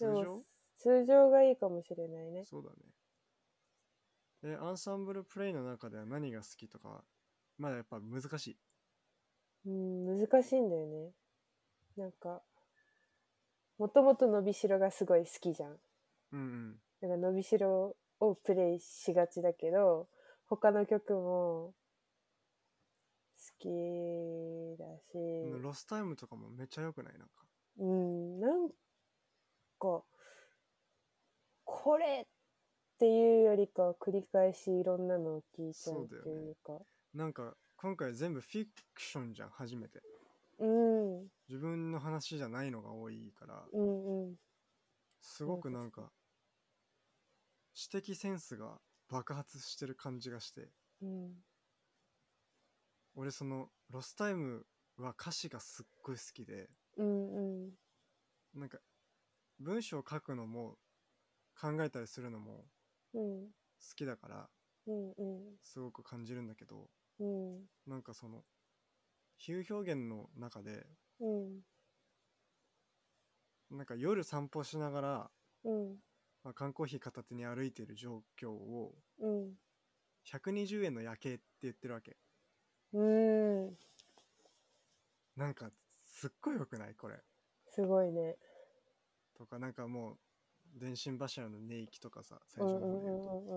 常
も通常がいいかもしれないね
そうだねでアンサンブルプレイの中では何が好きとかまだやっぱ難しい
うん難しいんだよねなんかもともと伸びしろがすごい好きじゃん
うんうん
だから伸びしろをプレイしがちだけど他の曲も好きだし
ロスタイムとかもめっちゃ良くないなんか。
うんなんかこれっていうよりかは繰り返しいろんなのを聞いちゃうっていうか
なんか今回全部フィクションじゃん、初めて。
うん、うん
自分の話じゃないのが多いから、
うん
すごくなんか、指摘センスが爆発してる感じがして、
うん
俺その、ロスタイムは歌詞がすっごい好きで、
うんうん
なんか、文章を書くのも、考えたりするのも
うん
好きだから、
うんうん
すごく感じるんだけど、
うん
なんかその、比喩表現の中で、
うん
なんか夜散歩しながら、
うん
まあ、缶コーヒー片手に歩いている状況を、
うん
120円の夜景って言ってるわけ。
うん
なんか、すっごい良くないこれ。
すごいね。
とか、なんかもう、電信柱の寝息とかさ、最
う
初
ん
の方
うん
で
う
言うと、
ん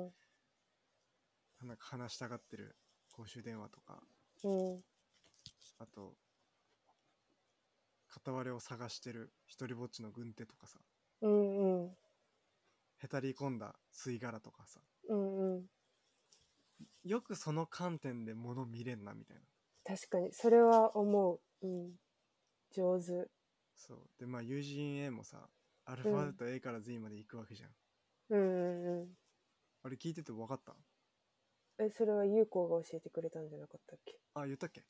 うん
なんか話したがってる公衆電話とか、
うん
あと、片割れを探してる一人ぼっちの軍手とかさ、
うんうん
へたり込んだ吸い殻とかさ、
うんうん
よくその観点で物見れんなみたいな。
確かにそれは思う。うん上手。
そう。で、まあ、友人 A もさ、アルファベット A から Z まで行くわけじゃん。
うんうんうん。
あれ聞いてて分かった
えそれは優子が教えてくれたんじゃなかったっけ？
あ、言ったっけ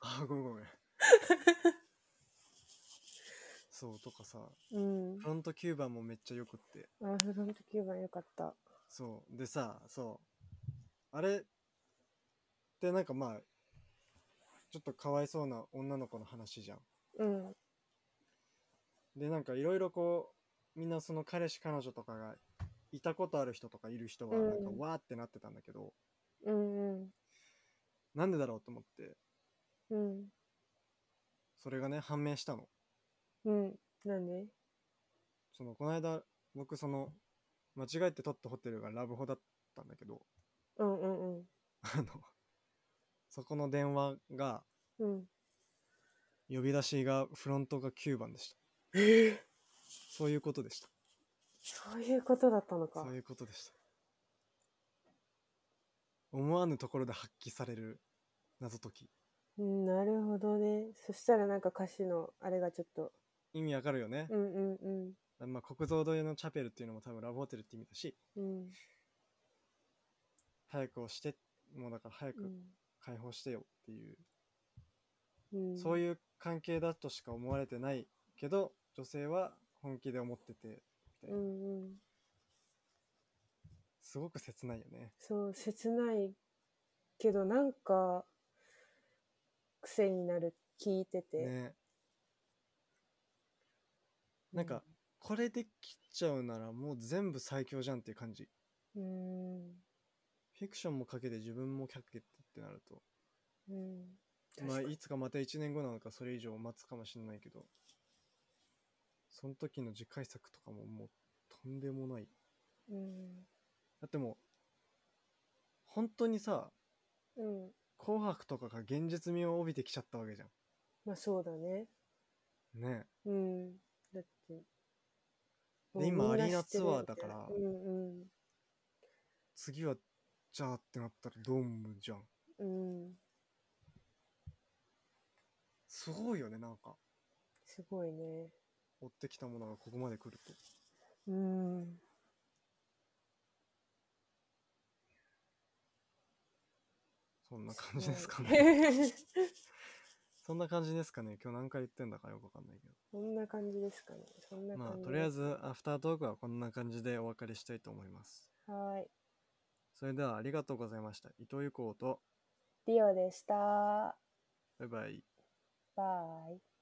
あ、ごめんごめん。そう、とかさ、
うん。
フロント9番もめっちゃよくって。
あフロントキューバよかった。
そう。でさ、そう。あれってなんかまあ、ちょっとかわいそうな女の子の話じゃん。
うん
で、なんかいろいろこう、みんなその彼氏彼女とかがいたことある人とかいる人は、
うん
なんかわーってなってたんだけど、
うんうん
なんでだろうと思って、
うん
それがね、判明したの。
うん。なんで？
その、この間、僕その、間違えて取ったホテルがラブホだったんだけど、
うんうんうん
あの、そこの電話が、
うん。
呼び出しがフロントが9番でした。
ええ
そういうことでした。
そういうことだったのか
そう。いうことでした。思わぬところで発揮される謎解き。
うんなるほどね。そしたらなんか歌詞のあれがちょっと。
意味わかるよね
う。んうんうん
まあ、国蔵堂のチャペルっていうのも多分ラブホテルって意味だし、
うん
早く押して、もうだから早
う
く
ん
解放してよっていう、
うん。
そういう関係だとしか思われてないけど、女性は本気で思ってて、みたいうな。
んうん。
すごく切ないよね。
そう切ないけどなんか癖になる聞いてて、
ね。なんか、これで切っちゃうならもう全部最強じゃんっていう感じ。
うん
フィクションもかけて自分もかけてってなると。
うん
まあ、
確か
いつかまた1年後なのかそれ以上待つかもしれないけど、その時の次回作とかももうとんでもない。
うん
だってもう、本当にさ、
うん
紅白とかが現実味を帯びてきちゃったわけじゃ
まあそうだね
ん。ね
うんだってもう
今
みんな
アリーナ
知ってる
ツアー
みたい
だから
うん
次は、じゃあってなったらドームじゃん。
うんうん
すごいよね、なんか。
すごいね
追ってきたものがここまで来ると。
うん
そんな感じですかね。
ね
そんな感じですかね。今日何回言ってんだかよくわかんないけど。
そんな感じですかねそんな感
ま
じ、
あ、とりあえず、アフタートークはこんな感じでお別れしたいと思います。
はい
それではありがとうございました。伊藤由子と、
リオでした
バイバイ。
バイ